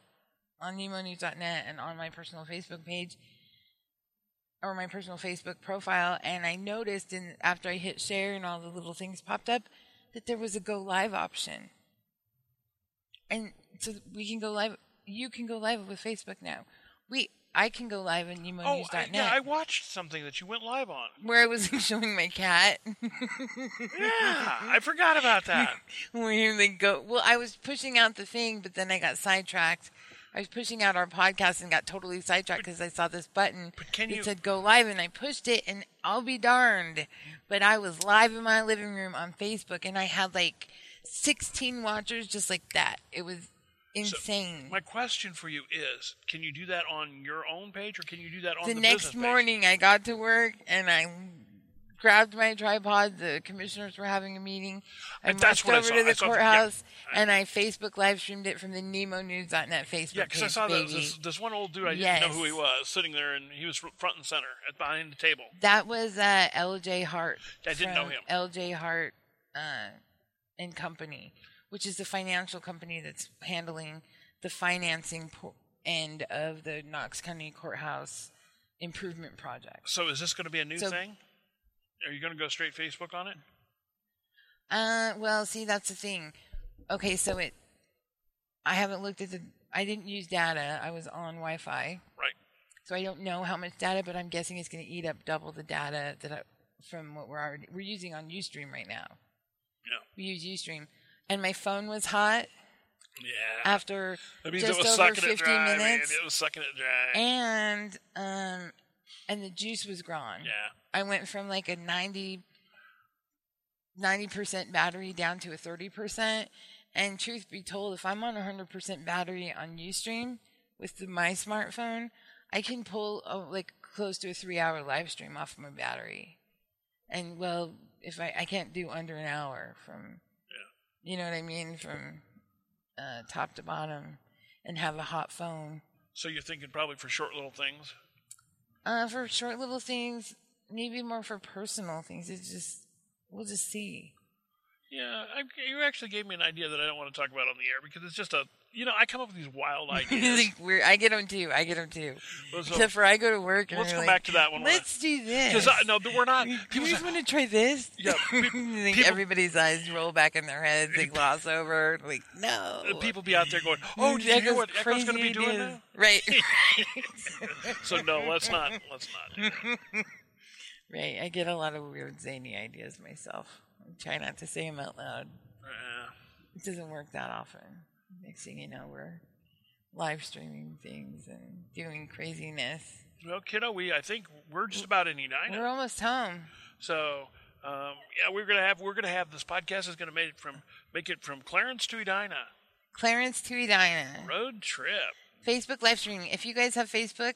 on NemoNews.net and on my personal Facebook page or my personal Facebook profile, and I noticed in after I hit share and all the little things popped up that there was a go live option. And so we can go live. You can go live with Facebook now. We I can go live on
Oh,
NemoNews.net.
I, yeah, I watched something that you went live on.
where I was showing my cat.
Yeah, I forgot about that.
where they go. Well, I was pushing out the thing, but then I got sidetracked. I was pushing out our podcast and got totally sidetracked because I saw this button.
But can
that
you-
said go live, and I pushed it, and I'll be darned. But I was live in my living room on Facebook, and I had like 16 watchers just like that. It was insane.
My question for you is: Can you do that on your own page, or can you do that on
the,
the,
next
business page?
morning i got to work and i grabbed my tripod the commissioners were having a meeting i
And
marched
that's what I
over
saw.
to the
I saw the- yeah.
courthouse and i facebook live streamed it from the nemonews.net facebook
Yeah,
page
because I saw the,
baby.
this this one old dude. I didn't
Yes.
know who he was sitting there, and he was fr- front and center at, behind the table.
that was uh, lj hart
I didn't know
from
him.
lj hart uh, and company which is the financial company that's handling the financing po- end of the knox county courthouse improvement project
So is this going to be a new
So-
thing? Are you going to go straight Facebook on it?
Uh, well, see, that's the thing. Okay, so it. I haven't looked at the. I didn't use data. I was on Wi-Fi,
Right.
So I don't know how much data, but I'm guessing it's going to eat up double the data that I, from what we're already we're using on UStream right now.
Yeah.
We use UStream, and my phone was hot
Yeah.
after
That means
Uh, just
it was
over 50
sucking it dry, man.
minutes,
It was sucking it dry.
and um, and the juice was gone.
yeah.
I went from like a 90 percent battery down to a thirty percent. And truth be told, if I'm on hundred percent battery on UStream with the, my smartphone, I can pull a, like close to a three-hour live stream off my battery. And well, if I I can't do under an hour from, you know what I mean, from uh, top to bottom, and have a hot phone.
So you're thinking probably for short little things.
Uh, for short little things, maybe more for personal things. It's just we'll just see.
Yeah, I, you actually gave me an idea that I don't want to talk about on the air because it's just a, you know, I come up with these wild ideas.
like we're, I get them too. I get them too.
But so-
Except for I go to work. And
Let's
I'm
come
like,
back to that one when I-
Let's do this.
'Cause I- no, we're not.
You
People
guys
say-
want to try this?
Yeah, pe-
I think
people-
everybody's eyes roll back in their heads. They gloss over. Like no.
Uh, people be out there going, "Oh, did you
That
hear
goes
what Echo's going
crazy
to be doing
ideas.
now?"
Right.
So no, let's not. Let's not. Do that.
right. I get a lot of weird zany ideas myself. I try not to say them out loud.
Uh,
it doesn't work that often. Next thing you know, we're live streaming things and doing craziness.
well, kiddo, we I think we're just about in Edina.
We're almost home.
So um, yeah, we're gonna have we're gonna have this podcast is gonna make it from make it from Clarence to Edina
Clarence to Edina.
road trip.
Facebook live streaming. If you guys have Facebook,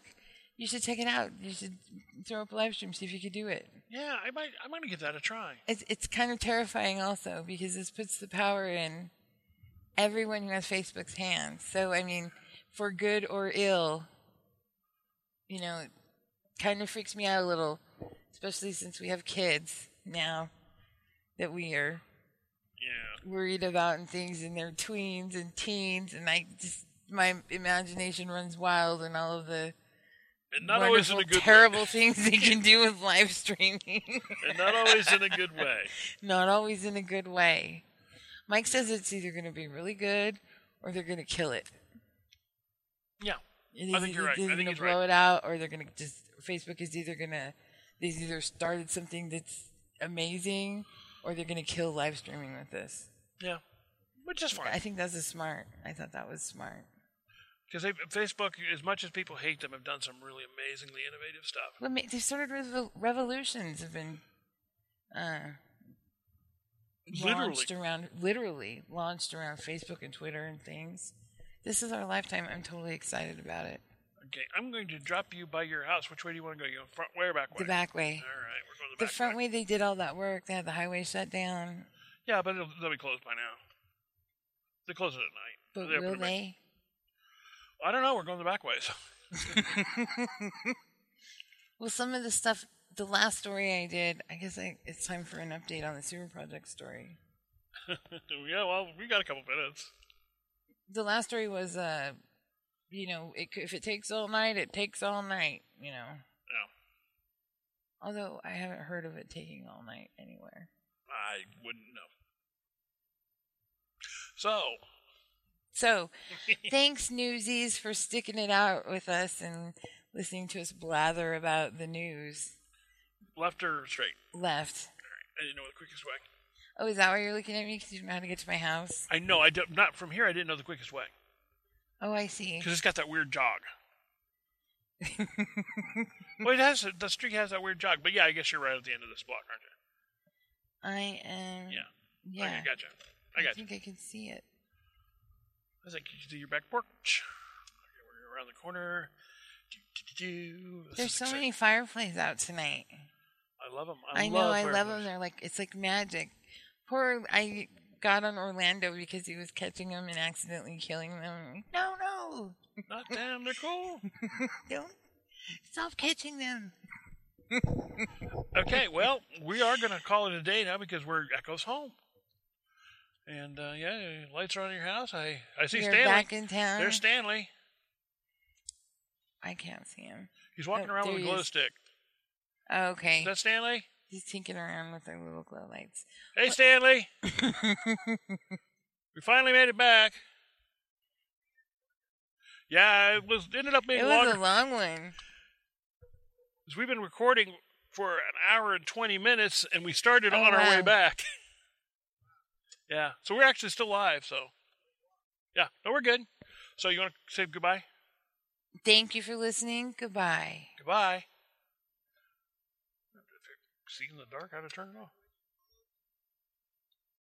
you should check it out. You should throw up a live stream, see if you could do it.
Yeah, I might I'm gonna give that a try.
It's it's kind of terrifying also because this puts the power in everyone who has Facebook's hands. So I mean, for good or ill, you know, it kind of freaks me out a little, especially since we have kids now that we are
Yeah,
worried about and things and they're tweens and teens and I just my imagination runs wild and all of the
and not always
wonderful,
in a good
terrible things they can do with live streaming.
way. and not always in a good way.
not always in a good way. Mike says it's either going to be really good or they're going to kill it.
Yeah,
It
I
is-
think you're right.
They're
I think
gonna
he's
blow
right.
it out, or they're going to just Facebook is either going to they've either started something that's amazing, or they're going to kill live streaming with this.
Yeah, which is
I
fine
think that's a smart. I thought that was smart.
because Facebook, as much as people hate them, have done some really amazingly innovative stuff.
What ma- they started revo- revolutions have been uh, launched
Literally.
around literally launched around Facebook and Twitter and things. This is our lifetime. I'm totally excited about it.
Okay, I'm going to drop you by your house. Which way do you want to go? You go front way or back way?
The back way.
All right, we're going
The
the, back
front
way.
way they did all that work. They had the highway shut down.
Yeah, but it'll, they'll be closed by now. They close it at night.
But
They open
will
it back-
they?
I don't know. We're going the back ways.
Well, some of the stuff. The last story I did, I guess I, it's time for an update on the sewer project story.
yeah, well, we got a couple minutes.
The last story was, uh, you know, it, c- if it takes all night, it takes all night. You know,
No,
although I haven't heard of it taking all night anywhere.
I wouldn't know. So,
So, thanks Newsies for sticking it out with us and listening to us blather about the news.
left or straight?
Left.
All right. I didn't know the quickest way.
Oh, is that why you're looking at me? Because you don't know how to get to my house?
I know. I don't, not from here. I didn't know the quickest way
Oh, I see.
because it's got that weird jog. well, it has the street has that weird jog. But yeah, I guess you're right at the end of this block, aren't you?
I am.
Yeah.
Mm, Yeah.
Okay, gotcha. I
I
got you.
think I can see it.
I think you should do your back porch. Okay, we're around the corner. Do, do, do, do. This
There's
is
so
exciting.
many fireflies out tonight.
I love them. I,
I, know,
love
I love
fireworks.
them. They're like, it's like magic. Poor, I got on Orlando because he was catching them and accidentally killing them. No, no.
Not damn, they're cool.
Don't. Stop catching them.
Okay, well, we are going to call it a day now because we're Echo's home. And uh, yeah, lights are on in your house. I, I see
You're
Stanley.
back in town.
There's Stanley.
I can't see him.
He's walking
Oh,
around
there
with a
he
glow
is.
stick.
Okay.
Is that Stanley?
He's tinkering around with their little glow lights.
Hey, Stanley. we finally made it back. Yeah, it was ended up being
It was
longer.
a long one.
is we've been recording for an hour and 20 minutes and we started
Oh,
on our way
wow.
back. yeah. So we're actually still live. So, yeah. No, we're good. So, you want to say goodbye?
Thank you for listening. Goodbye.
Goodbye. See in the dark how to turn it off.